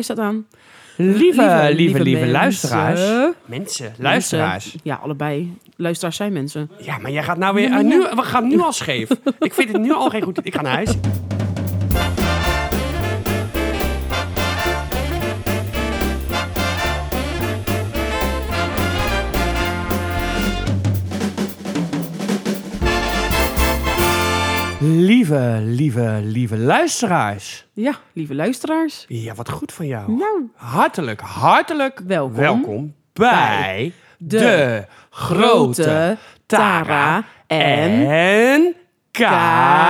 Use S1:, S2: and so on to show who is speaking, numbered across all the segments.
S1: staat aan.
S2: Lieve, lieve, lieve, luisteraars.
S1: mensen.
S2: Mensen, luisteraars.
S1: Ja, allebei. Luisteraars zijn mensen.
S2: Ja, maar jij gaat nou weer... eh, nu, we gaan nu al scheef. ik vind het nu al geen goed... Ik ga naar huis. Lieve, lieve, lieve luisteraars.
S1: Ja, lieve luisteraars.
S2: Ja, wat goed van jou.
S1: Nou,
S2: Hartelijk, hartelijk
S1: Welkom.
S2: welkom bij
S1: de
S2: de, grote Tara
S1: en
S2: en Kai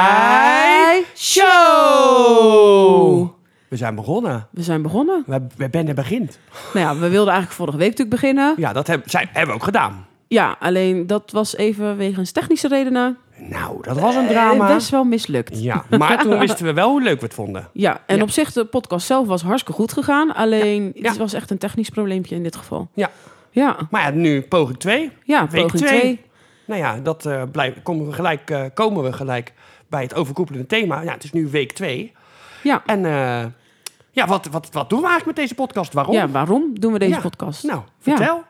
S1: Kai
S2: Show. We zijn begonnen.
S1: we zijn begonnen.
S2: We, we benen begint.
S1: Nou ja, we wilden eigenlijk vorige week natuurlijk beginnen.
S2: Ja, dat heb, zijn, hebben we ook gedaan.
S1: Ja, alleen dat was even wegens technische redenen
S2: Nou, dat was een
S1: eh,
S2: drama.
S1: best wel mislukt.
S2: Ja, maar toen wisten we wel hoe leuk we het vonden.
S1: Ja, en
S2: Ja.
S1: op zich, de podcast zelf was hartstikke goed gegaan. Alleen,
S2: Ja, ja.
S1: het was echt een technisch probleempje in dit geval.
S2: Ja.
S1: Ja,
S2: Maar ja, nu poging 2.
S1: ja
S2: Week
S1: poging
S2: twee.
S1: 2.
S2: Nou ja, dat eh, blijf, komen, we gelijk, eh, komen we gelijk bij het overkoepelende thema. Ja, het is nu week 2.
S1: Ja.
S2: En eh, ja, wat, wat, wat doen we eigenlijk met deze podcast? Waarom?
S1: ja, waarom doen we deze
S2: Ja.
S1: podcast?
S2: Nou, vertel.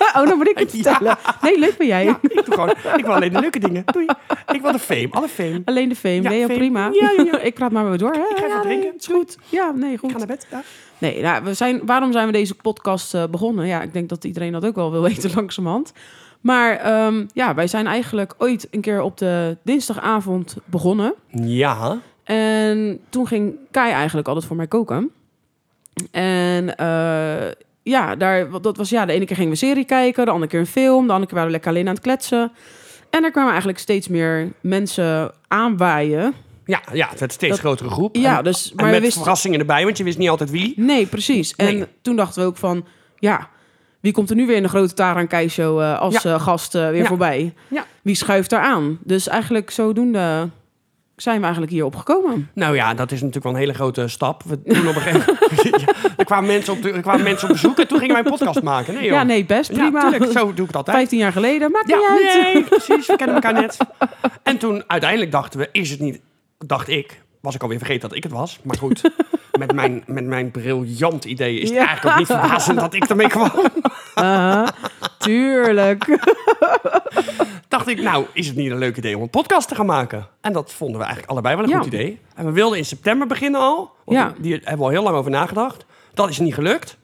S1: Oh, dan moet ik het
S2: Ja.
S1: vertellen. Nee, leuk ben jij.
S2: Ja, ik, doe gewoon, ik wil alleen de leuke dingen. Doei. Ik wil de fame, alle fame.
S1: Alleen de fame,
S2: Ja,
S1: ben je
S2: fame.
S1: prima?
S2: Ja, ja, ja.
S1: ik praat maar weer door. hè?
S2: Ik ga
S1: ja,
S2: even
S1: nee,
S2: drinken.
S1: het is goed. Ja, nee,
S2: Ik ga naar
S1: goed.
S2: bed. Ja.
S1: Nee, nou, we zijn, waarom zijn we deze podcast eh, begonnen? Ja, ik denk dat iedereen dat ook wel wil weten langzamerhand. Maar ehm, ja, wij zijn eigenlijk ooit een keer op de dinsdagavond begonnen.
S2: Ja.
S1: En toen ging Kai eigenlijk altijd voor mij koken. En eh, ja, daar, want dat was, ja, de ene keer gingen we een serie kijken, de andere keer een film, de andere keer waren we lekker alleen aan het kletsen. En er kwamen eigenlijk steeds meer mensen aanwaaien.
S2: Ja, ja, het werd een steeds
S1: Dat-
S2: grotere groep.
S1: Ja,
S2: en,
S1: dus,
S2: en
S1: maar we
S2: met
S1: wisten...
S2: verrassingen erbij, want je wist niet altijd wie.
S1: Nee, precies. En
S2: Nee.
S1: toen dachten we ook van, ja, wie komt er nu weer in de grote Tara en Kai show eh, als eh, gast eh, weer
S2: Ja.
S1: voorbij?
S2: Ja.
S1: Wie schuift daar aan? Dus eigenlijk zodoende zijn we eigenlijk hierop gekomen.
S2: Nou ja, dat is natuurlijk wel een hele grote stap. We doen op een gegeven moment... Ja, er, kwamen mensen op de, er kwamen mensen op bezoek en toen gingen wij een podcast maken. Nee, joh.
S1: Ja, nee, best
S2: Ja,
S1: prima.
S2: tuurlijk, zo doe ik dat altijd.
S1: 15 jaar geleden, maakt
S2: Ja,
S1: niet uit.
S2: nee, precies. We kennen elkaar net. En toen uiteindelijk dachten we, is het niet... Dacht ik, was ik alweer vergeten dat ik het was. Maar goed, met mijn, met mijn briljant idee is het
S1: Ja.
S2: eigenlijk ook niet verbazend dat ik ermee kwam.
S1: Ah, tuurlijk.
S2: Dacht ik, nou, is het niet een leuk idee om een podcast te gaan maken? En dat vonden we eigenlijk allebei wel een
S1: Ja.
S2: goed idee. En we wilden in september beginnen al. Want
S1: Ja.
S2: Hier hebben we al heel lang over nagedacht. Dat is niet gelukt.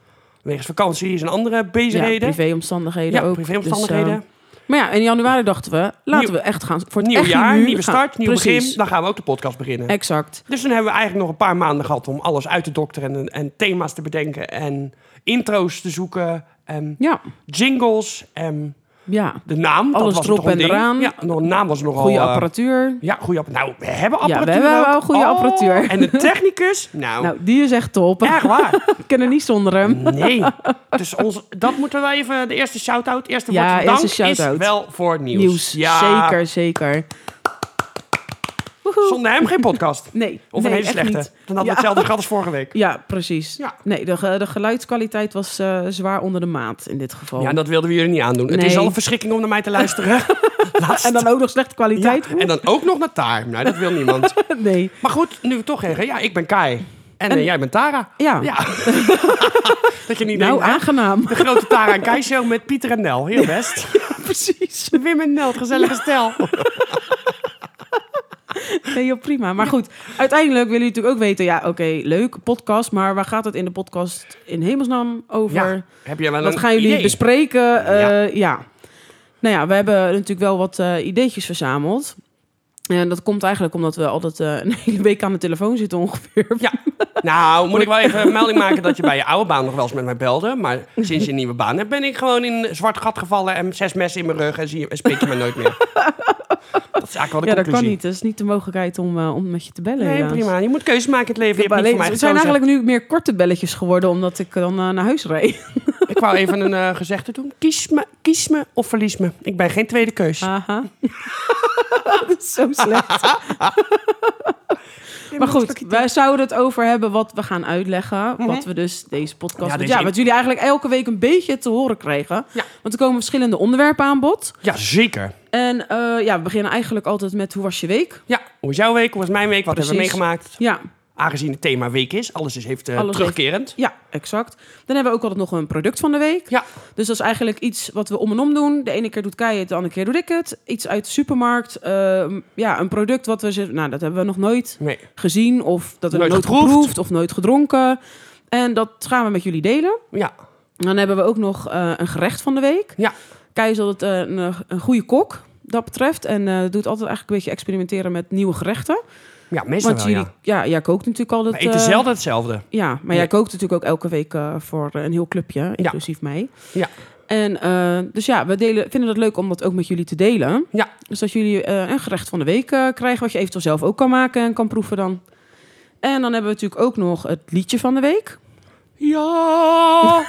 S2: Wegens vakanties en andere
S1: Ja,
S2: bezigheden.
S1: privéomstandigheden
S2: Ja,
S1: ook.
S2: privéomstandigheden.
S1: Dus, eh, maar ja, in januari dachten we, laten
S2: Nieuw-
S1: we echt gaan voor het
S2: nieuw
S1: echt
S2: jaar,
S1: nu
S2: nieuwe
S1: gaan-
S2: start, nieuw
S1: Precies.
S2: begin. Dan gaan we ook de podcast beginnen.
S1: Exact.
S2: Dus toen hebben we eigenlijk nog een paar maanden gehad om alles uit te dokteren en, en thema's te bedenken en intro's te zoeken en
S1: Ja,
S2: jingles en
S1: ja.
S2: de naam. dat
S1: Alles
S2: was
S1: erop
S2: toch een
S1: en
S2: ding.
S1: eraan.
S2: Ja, nog een naam was nogal...
S1: Goede
S2: eh,
S1: apparatuur.
S2: ja, goede apparatuur. Nou, we hebben
S1: Ja, we
S2: apparatuur
S1: hebben
S2: ook.
S1: wel goede
S2: Oh,
S1: apparatuur.
S2: En de technicus? Nou,
S1: Nou, die is echt top.
S2: echt waar.
S1: We kunnen niet zonder hem.
S2: Nee. Dus ons, dat moeten wij even... De eerste shout-out, eerste
S1: Ja,
S2: woord van dank
S1: eerste shout-out.
S2: is wel voor nieuws.
S1: Nieuws.
S2: Ja,
S1: Zeker, zeker. Woehoe.
S2: Zonder hem geen podcast.
S1: Nee,
S2: Of
S1: nee,
S2: een hele
S1: echt
S2: slechte.
S1: niet.
S2: Dan hadden we
S1: Ja.
S2: hetzelfde gehad als vorige week.
S1: Ja, precies.
S2: Ja.
S1: Nee, de, ge- de geluidskwaliteit was eh, zwaar onder de maat in dit geval.
S2: Ja, en dat wilden we jullie niet aandoen. Het
S1: Oh. Nee.
S2: is al een verschrikking om naar mij te luisteren. Laatst.
S1: en dan ook nog slechte
S2: Ja,
S1: kwaliteit.
S2: en dan ook nog naar Taar. Nou, dat wil niemand.
S1: Nee.
S2: Maar goed, nu we toch zeggen. Ja, ik ben Kai. En, eh, jij bent Tara.
S1: Ja.
S2: Ja. dat je niet
S1: Nou,
S2: denkt, hè?
S1: aangenaam.
S2: de grote Tara en Kai show met Pieter en Nel. Heel best.
S1: Precies.
S2: Wim en Nel, het gezellige stel.
S1: Nee, joh, prima. Maar goed, uiteindelijk willen jullie natuurlijk ook weten... ja, oké, leuk, podcast... maar waar gaat het in de podcast in hemelsnaam over?
S2: Ja, heb jij wel
S1: Wat
S2: een
S1: gaan jullie
S2: idee?
S1: bespreken? Eh, ja. Nou ja, we hebben natuurlijk wel wat eh, ideetjes verzameld. En dat komt eigenlijk omdat we altijd eh, een hele week aan de telefoon zitten ongeveer.
S2: Ja. Nou, moet ik wel even een melding maken dat je bij je oude baan nog wel eens met mij belde. Maar sinds je een nieuwe baan hebt, ben ik gewoon in een zwart gat gevallen en zes messen in mijn rug en, zie je, en spreek je me nooit meer. Dat is eigenlijk wel de
S1: Ja, dat
S2: conclusie.
S1: kan niet. Dat is niet de mogelijkheid om, eh, om met je te bellen.
S2: Nee,
S1: helaas.
S2: prima. Je moet keuzes maken in het
S1: Ik
S2: leven. Je
S1: heb
S2: hebt niet
S1: alleen-
S2: voor mij
S1: het zijn
S2: gekozen.
S1: eigenlijk nu meer korte belletjes geworden... omdat ik dan eh, naar huis reed.
S2: Ik wou even een eh, gezegde doen. Kies me, kies me of verlies me. Ik ben geen tweede keus.
S1: Aha. dat is zo slecht. Maar goed, wij zouden het over hebben wat we gaan uitleggen.
S2: Mhm.
S1: Wat we dus deze podcast...
S2: Ja,
S1: Ja,
S2: deze-
S1: ja, wat jullie eigenlijk elke week een beetje te horen krijgen.
S2: Ja.
S1: Want er komen verschillende onderwerpen aan bod.
S2: Ja, zeker.
S1: En eh, ja, we beginnen eigenlijk altijd met hoe was je week?
S2: Ja, hoe is jouw week? Hoe was mijn week? Wat hebben we
S1: Precies.
S2: meegemaakt?
S1: Ja,
S2: aangezien het thema week is, alles is, heeft eh,
S1: Alles heeft-
S2: terugkerend.
S1: Ja, exact. Dan hebben we ook altijd nog een product van de week.
S2: Ja.
S1: Dus dat is eigenlijk iets wat we om en om doen. De ene keer doet Kai het, de andere keer doe ik het. Iets uit de supermarkt. ehm, ja, een product wat we... ze- Nou, dat hebben we nog nooit
S2: Nee.
S1: gezien of dat we
S2: Nooit
S1: nooit,
S2: geproefd.
S1: geproefd of nooit gedronken. En dat gaan we met jullie delen.
S2: Ja.
S1: Dan hebben we ook nog eh, een gerecht van de week.
S2: Ja.
S1: Kai is altijd eh, een, een goede kok dat betreft. En eh, doet altijd eigenlijk een beetje experimenteren met nieuwe gerechten.
S2: ja, meestal
S1: Want
S2: wel,
S1: jullie,
S2: ja.
S1: ja. jij kookt natuurlijk altijd...
S2: We eten
S1: eh,
S2: zelden hetzelfde.
S1: ja, maar jij
S2: Ja.
S1: kookt natuurlijk ook elke week eh, voor eh, een heel clubje, inclusief mij.
S2: Ja.
S1: En eh, dus ja, we delen, vinden het leuk om dat ook met jullie te delen.
S2: Ja.
S1: Dus dat jullie eh, een gerecht van de week eh, krijgen, wat je eventueel zelf ook kan maken en kan proeven dan. En dan hebben we natuurlijk ook nog het liedje van de week.
S2: Ja.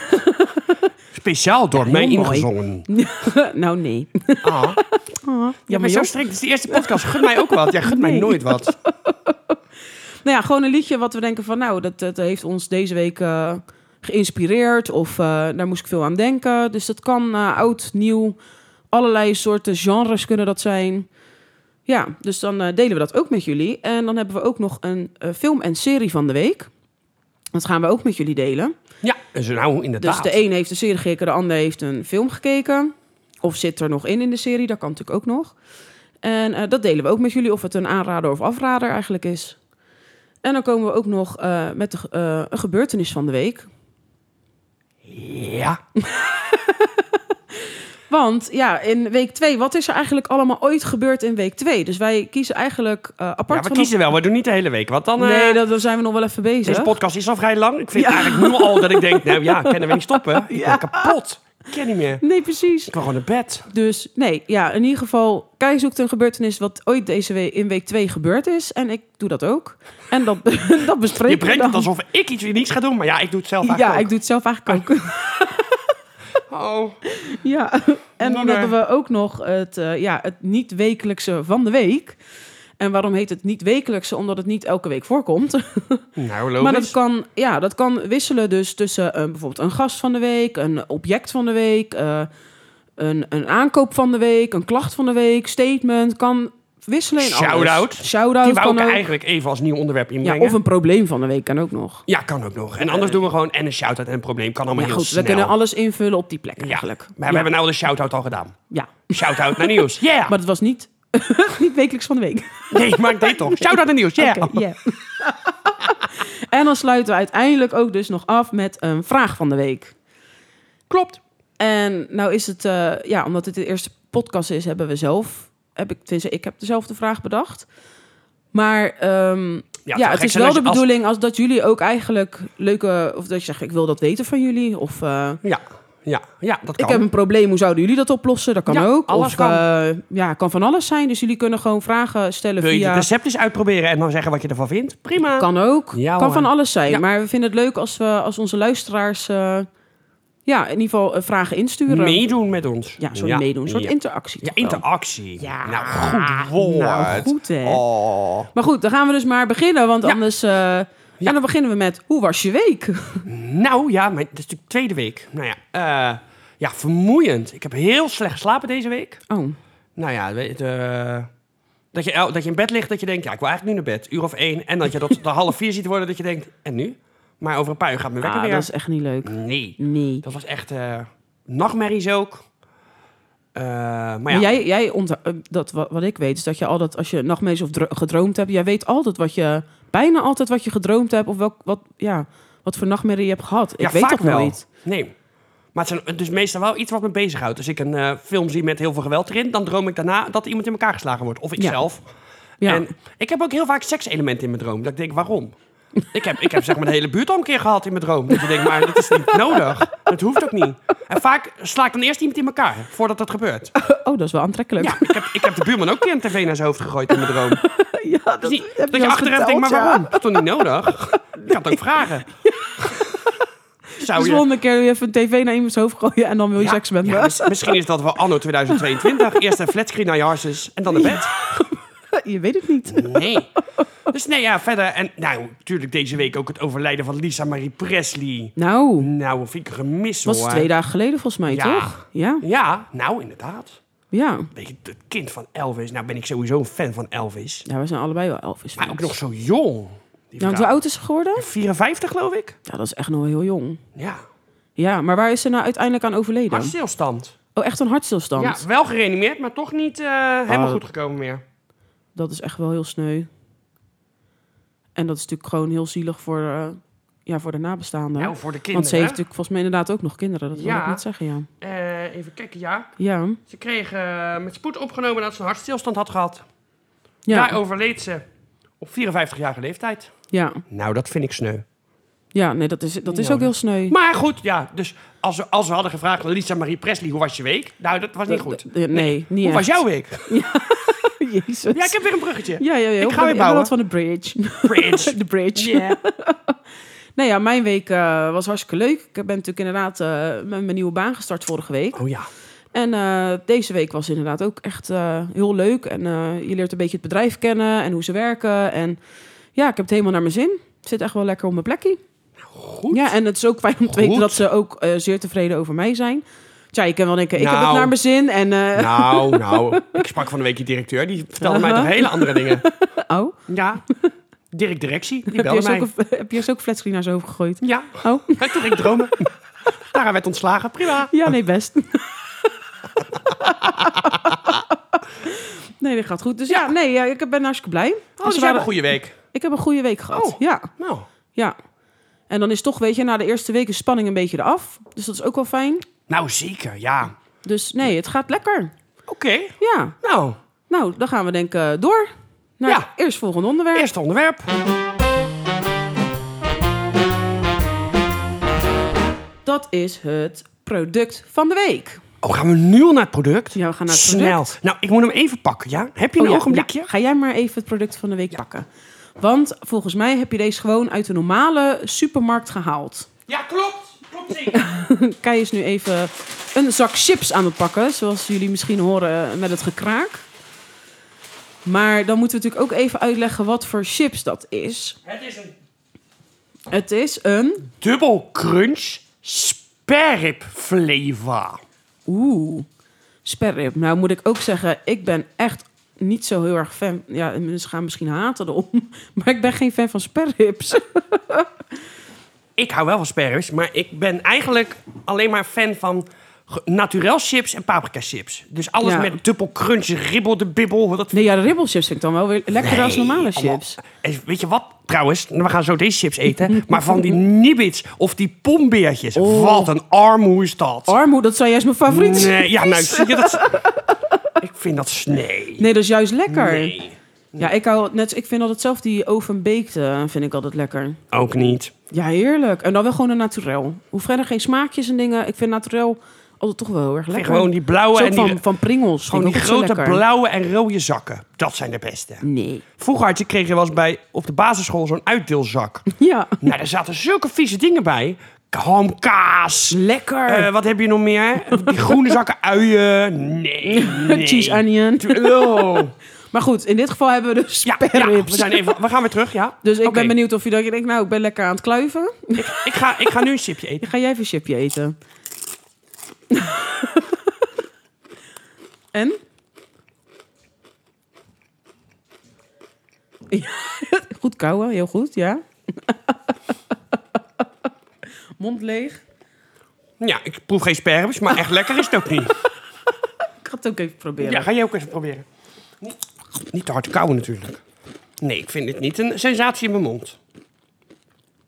S2: Speciaal door mij
S1: heel mooi.
S2: ingezongen.
S1: nou, nee.
S2: Ah.
S1: Ah,
S2: Ja, maar
S1: jammer,
S2: zo
S1: joh.
S2: strikt is de eerste podcast. Gun mij ook wat. Jij gunt mij
S1: Nee.
S2: nooit wat.
S1: Nou ja, gewoon een liedje wat we denken van, nou, dat, dat heeft ons deze week eh, geïnspireerd. Of eh, daar moest ik veel aan denken. Dus dat kan eh, oud, nieuw, allerlei soorten genres kunnen dat zijn. Ja, dus dan eh, delen we dat ook met jullie. En dan hebben we ook nog een eh, film en serie van de week. Dat gaan we ook met jullie delen.
S2: Ja, dus nou
S1: Dus
S2: inderdaad.
S1: de een heeft een serie gekeken, de ander heeft een film gekeken. Of zit er nog in in de serie, dat kan natuurlijk ook nog. En eh, dat delen we ook met jullie, of het een aanrader of afrader eigenlijk is. En dan komen we ook nog eh, met de, ge- eh, een gebeurtenis van de week. e-
S2: Ja.
S1: Want ja, in week 2, wat is er eigenlijk allemaal ooit gebeurd in week 2? Dus wij kiezen eigenlijk eh, apart
S2: ja, we
S1: van...
S2: kiezen wel. We doen niet de hele week. Want dan... eh,
S1: Nee, dat, daar zijn we nog wel even bezig.
S2: Deze podcast is al vrij lang. Ik vind eigenlijk nu al dat ik denk, nou ja, ik kan er weer niet stoppen. Ik ben kapot. Ik ken niet meer.
S1: Nee, precies.
S2: Ik wil gewoon naar bed.
S1: Dus nee, ja, in ieder geval, Kai zoekt een gebeurtenis wat ooit deze week in week 2 gebeurd is. En ik doe dat ook. En dat, dat
S2: Je
S1: bespreken we
S2: brengt
S1: dan.
S2: het alsof ik iets weer niets ga doen. Maar ja, ik doe het zelf
S1: Ja,
S2: eigenlijk
S1: ik doe het zelf eigenlijk ook.
S2: ook. Oh.
S1: ja. En dan
S2: Moeder.
S1: hebben we ook nog het, eh, ja, het niet-wekelijkse van de week. En waarom heet het niet-wekelijkse? Omdat het niet elke week voorkomt.
S2: Nou, logisch.
S1: Maar dat kan, ja, dat kan wisselen dus tussen eh, bijvoorbeeld een gast van de week, een object van de week, eh, een, een aankoop van de week, een klacht van de week, statement. Kan wisselen in
S2: Shout-out.
S1: alles. Shout-out.
S2: Die wou
S1: kan
S2: ik
S1: ook.
S2: eigenlijk even als nieuw onderwerp
S1: Ja,
S2: inbrengen. Ja,
S1: of een probleem van de week kan ook nog.
S2: kan ook nog. En anders doen we gewoon en een shout-out en een probleem. Kan allemaal
S1: Eh. ja,
S2: heel
S1: goed,
S2: snel.
S1: we kunnen alles invullen op die plek eigenlijk.
S2: Maar we hebben nou de shout-out al gedaan.
S1: Ja,
S2: Shout-out naar nieuws. Yeah!
S1: maar het was niet, niet wekelijks van de week.
S2: Nee, maar ik deed toch. Shout-out naar nieuws. Yeah!
S1: Oké, yeah. en dan sluiten we uiteindelijk ook dus nog af met een vraag van de week.
S2: Klopt.
S1: En nou is het, eh, ja, omdat dit de eerste podcast is, hebben we zelf, heb ik, tenminste, ik heb dezelfde vraag bedacht. Maar ehm, ja,
S2: zou
S1: het
S2: gek
S1: is
S2: zijn
S1: wel
S2: als
S1: de
S2: je- als-
S1: bedoeling als dat jullie ook eigenlijk leuke, of dat je zegt, ik wil dat weten van jullie. Of eh,
S2: Ja, ja, ja, dat kan.
S1: ik heb een probleem, hoe zouden jullie dat oplossen? Dat kan
S2: Ja,
S1: ook.
S2: alles
S1: of,
S2: kan.
S1: eh, ja, kan van alles zijn. Dus jullie kunnen gewoon vragen stellen
S2: Wil je
S1: via.
S2: het recept eens uitproberen en dan zeggen wat je ervan vindt? Prima.
S1: Kan ook.
S2: Ja,
S1: kan
S2: hoor.
S1: van alles zijn.
S2: Ja.
S1: Maar we vinden het leuk als, we, als onze luisteraars eh, ja, in ieder geval eh, vragen insturen.
S2: Meedoen met ons.
S1: ja, soort meedoen. Een soort
S2: ja.
S1: interactie.
S2: Ja,
S1: toch wel.
S2: interactie.
S1: Ja.
S2: Nou, goed woord.
S1: Nou, goed, hè?
S2: Oh.
S1: Maar goed, dan gaan we dus maar beginnen. Want anders... eh, En dan beginnen we met, hoe was je week?
S2: Oh. Nou ja, maar dat is natuurlijk tweede week. Nou ja, eh, ja, vermoeiend. Ik heb heel slecht geslapen deze week.
S1: Oh,
S2: Nou ja, weet, eh, dat, je, el- dat je in bed ligt, dat je denkt, ja, ik wil eigenlijk nu naar bed. Uur of één. En dat je dat de half vier ziet worden, dat je denkt, en nu? Maar over een paar uur gaat mijn wekker
S1: ah,
S2: weer.
S1: dat is echt niet leuk.
S2: Nee.
S1: Nee.
S2: Dat was echt eh nachtmerries ook. Eh, maar ja,
S1: Maar jij, jij ontho- eh, dat, wat, wat ik weet, is dat je altijd, als je nachtmerries of dro- gedroomd hebt... Jij weet altijd wat je, bijna altijd wat je gedroomd hebt. Of welk, wat, ja, wat voor nachtmerrie je hebt gehad. Ik
S2: Ja,
S1: weet
S2: vaak
S1: dat
S2: wel.
S1: nooit.
S2: Nee. Maar het zijn dus meestal wel iets wat me bezighoudt. Als ik een eh, film zie met heel veel geweld erin, dan droom ik daarna dat iemand in elkaar geslagen wordt. Of ik
S1: Ja.
S2: zelf.
S1: Ja.
S2: En ik heb ook heel vaak sekselementen in mijn droom. Dat ik denk, waarom? Ik heb, ik heb zeg maar de hele buurt al een keer gehad in mijn droom. Dat ik denk, maar dat is niet nodig. Dat hoeft ook niet. En vaak sla ik dan eerst iemand in elkaar, voordat dat gebeurt.
S1: Oh, dat is wel aantrekkelijk.
S2: Ja, ik heb, ik heb de buurman ook een keer een tv naar zijn hoofd gegooid in mijn droom.
S1: Ja, dat,
S2: Dat, is niet,
S1: heb
S2: dat
S1: wel
S2: je
S1: eens
S2: achteraf
S1: verteld,
S2: denkt, maar
S1: ja. Dus
S2: waarom? Dat is toch niet nodig? Ik had ook vragen. Zou
S1: Dus
S2: je...
S1: volgende keer doe je even een tv naar iemands hoofd gooien en dan wil je
S2: Ja,
S1: seks met
S2: ja, dus-
S1: me.
S2: mis- misschien is dat wel anno 2022. Eerst een flatscreen naar je harses en dan naar bed.
S1: je weet het niet.
S2: Nee. Dus nee, ja, verder. En nou, natuurlijk deze week ook het overlijden van Lisa Marie Presley.
S1: Nou,
S2: Nou, vind ik een gemis
S1: was
S2: hoor.
S1: het twee dagen geleden volgens mij,
S2: Ja.
S1: toch? Ja,
S2: Ja, nou inderdaad.
S1: ja.
S2: Weet je, het kind van Elvis. Nou ben ik sowieso een fan van Elvis.
S1: Ja, we zijn allebei wel Elvis
S2: Maar
S1: fans.
S2: ook nog zo jong. Die
S1: Ja, want hoe
S2: vrouw.
S1: oud is ze geworden?
S2: 54 geloof ik.
S1: Ja, dat is echt nog wel heel jong.
S2: Ja.
S1: Ja, maar waar is ze nou uiteindelijk aan overleden?
S2: Hartstilstand.
S1: Oh, echt een hartstilstand.
S2: Ja, wel gereanimeerd, maar toch niet eh, helemaal
S1: Oh.
S2: goed gekomen meer.
S1: Dat is echt wel heel sneu. En dat is natuurlijk gewoon heel zielig voor, eh, ja, voor de nabestaanden.
S2: Nou, voor de kinderen.
S1: Want ze heeft dus- natuurlijk volgens mij inderdaad ook nog kinderen. Dat wil
S2: Ja.
S1: ik niet zeggen, ja.
S2: Eh, even kijken, ja.
S1: Ja,
S2: Ze kreeg eh, met spoed opgenomen dat ze een hartstilstand had gehad.
S1: ja,
S2: Daar overleed ze op 54-jarige leeftijd.
S1: ja.
S2: Nou, dat vind ik sneu.
S1: ja nee, dat is, dat is
S2: Ja.
S1: ook heel sneu.
S2: Maar goed, ja. Dus als we, als we hadden gevraagd, Lisa Marie Presley, hoe was je week? Nou, dat was niet goed.
S1: Eh, Nee, niet
S2: Hoe was
S1: echt.
S2: jouw week?
S1: Jezus.
S2: Ja, ik heb weer een bruggetje.
S1: ja, ja, ja.
S2: ga weer
S1: ben
S2: bouwen.
S1: wat van de bridge.
S2: Bridge.
S1: De bridge.
S2: Ja.
S1: Nou ja, mijn week eh, was hartstikke leuk. Ik ben natuurlijk inderdaad eh, met mijn nieuwe baan gestart vorige week.
S2: Oh ja.
S1: En eh, deze week was inderdaad ook echt eh, heel leuk. En eh, je leert een beetje het bedrijf kennen en hoe ze werken. En ja, ik heb het helemaal naar mijn zin. Het zit echt wel lekker op mijn plekje.
S2: Goed.
S1: Ja, en het is ook fijn om te weten
S2: Goed.
S1: dat ze ook eh, zeer tevreden over mij zijn. Tja, je kan wel denken, ik heb
S2: Nou.
S1: het naar mijn zin. En eh,
S2: Nou, nou. Ik sprak van de week die directeur. Die vertelde mij
S1: Uh-huh.
S2: toch hele andere dingen.
S1: oh,
S2: Ja. Dirk Directie. Die
S1: heb je,
S2: belde
S1: eerst ook
S2: mij.
S1: een, heb je eerst ook een flatscreen naar ze hoofd gegooid?
S2: Ja.
S1: Oh,
S2: En toen ging ik dromen. Tara werd ontslagen. Prima.
S1: ja, nee, best. nee, dat gaat goed. Dus ja, nee, ja, ik ben hartstikke blij.
S2: Oh,
S1: En ze
S2: dus jij hebt
S1: waren-
S2: een goede week.
S1: Ik heb een goede week gehad.
S2: Oh.
S1: Ja.
S2: Nou.
S1: Ja. En dan is toch, weet je, na de eerste week is spanning een beetje eraf. Dus dat is ook wel fijn.
S2: Nou, zeker. Ja.
S1: Dus nee, het gaat lekker.
S2: Oké.
S1: Ja.
S2: Nou.
S1: Nou, dan gaan we denk ik eh, door naar
S2: Ja.
S1: het eerstvolgende onderwerp.
S2: Eerste onderwerp.
S1: Dat is het product van de week.
S2: Oh, gaan we nu al naar het product?
S1: Ja, we gaan naar het
S2: Snel.
S1: product.
S2: Nou, ik moet hem even pakken, ja? Heb je een
S1: Oh ja,
S2: ogenblikje?
S1: ja. Ga jij maar even het product van de week pakken. Want volgens mij heb je deze gewoon uit de normale supermarkt gehaald.
S2: Ja, klopt. Klopt zeker.
S1: Kai is nu even een zak chips aan het pakken, zoals jullie misschien horen met het gekraak. Maar dan moeten we natuurlijk ook even uitleggen wat voor chips dat is.
S2: het is een
S1: Het is een.
S2: dubbel crunch sperrip flavor.
S1: Oeh, sperrip. Nou moet ik ook zeggen, ik ben echt niet zo heel erg fan. Ja, mensen gaan misschien haten erom. Maar ik ben geen fan van sperrips.
S2: Ik hou wel van sperrips, maar ik ben eigenlijk alleen maar fan van ge- naturel chips en paprika chips. Dus alles
S1: Ja.
S2: met dubbel crunch, ribbel de bibbel. Dat
S1: Nee, ja, de ribbelchips vind ik dan wel weer lekkerder als normale chips.
S2: En weet je wat? Trouwens, we gaan zo deze chips eten. maar van die nibbits of die pombeertjes.
S1: Oh.
S2: Wat een armoe is dat.
S1: Armoe, dat zou juist mijn favoriet zijn.
S2: Nee, ja, nou, zie je dat? ik vind dat snee.
S1: Nee, dat is juist lekker.
S2: Nee,
S1: Ja, ik hou net. Ik vind altijd zelf die ovenbeekte vind ik altijd lekker.
S2: ook niet.
S1: Ja, heerlijk. En dan wel gewoon een naturel. Hoe verder geen smaakjes en dingen. Ik vind naturel altijd toch wel heel erg
S2: En
S1: lekker.
S2: gewoon die blauwe
S1: Zo
S2: en die,
S1: van, van Pringles.
S2: gewoon
S1: vind
S2: die
S1: ik ook
S2: grote
S1: zo lekker.
S2: blauwe en rode zakken. Dat zijn de beste.
S1: Nee.
S2: Vroeger had je, kreeg je wel eens bij, op de basisschool zo'n uitdeelzak.
S1: Ja.
S2: nou, daar zaten zulke vieze dingen bij. Hamkaas.
S1: Lekker.
S2: Eh, wat heb je nog meer? Die groene zakken uien. Nee, nee.
S1: Cheese onion.
S2: Oh.
S1: Maar goed, in dit geval hebben we dus
S2: Ja, ja, we,
S1: sperrips.
S2: zijn even, we gaan weer terug, ja.
S1: Dus ik
S2: Oké,
S1: ben benieuwd of je dat je denkt, nou, ik ben lekker aan het kluiven.
S2: Ik ga, ik ga nu een chipje eten.
S1: Ga jij even een chipje eten? en? Ja, goed kauwen, heel goed, ja. Mond leeg.
S2: Ja, ik proef geen sperms, maar echt lekker is het ook niet.
S1: Ik ga het ook even proberen.
S2: Ja, ga jij ook even proberen. Niet, niet te hard kauwen natuurlijk. Nee, ik vind dit niet een sensatie in mijn mond.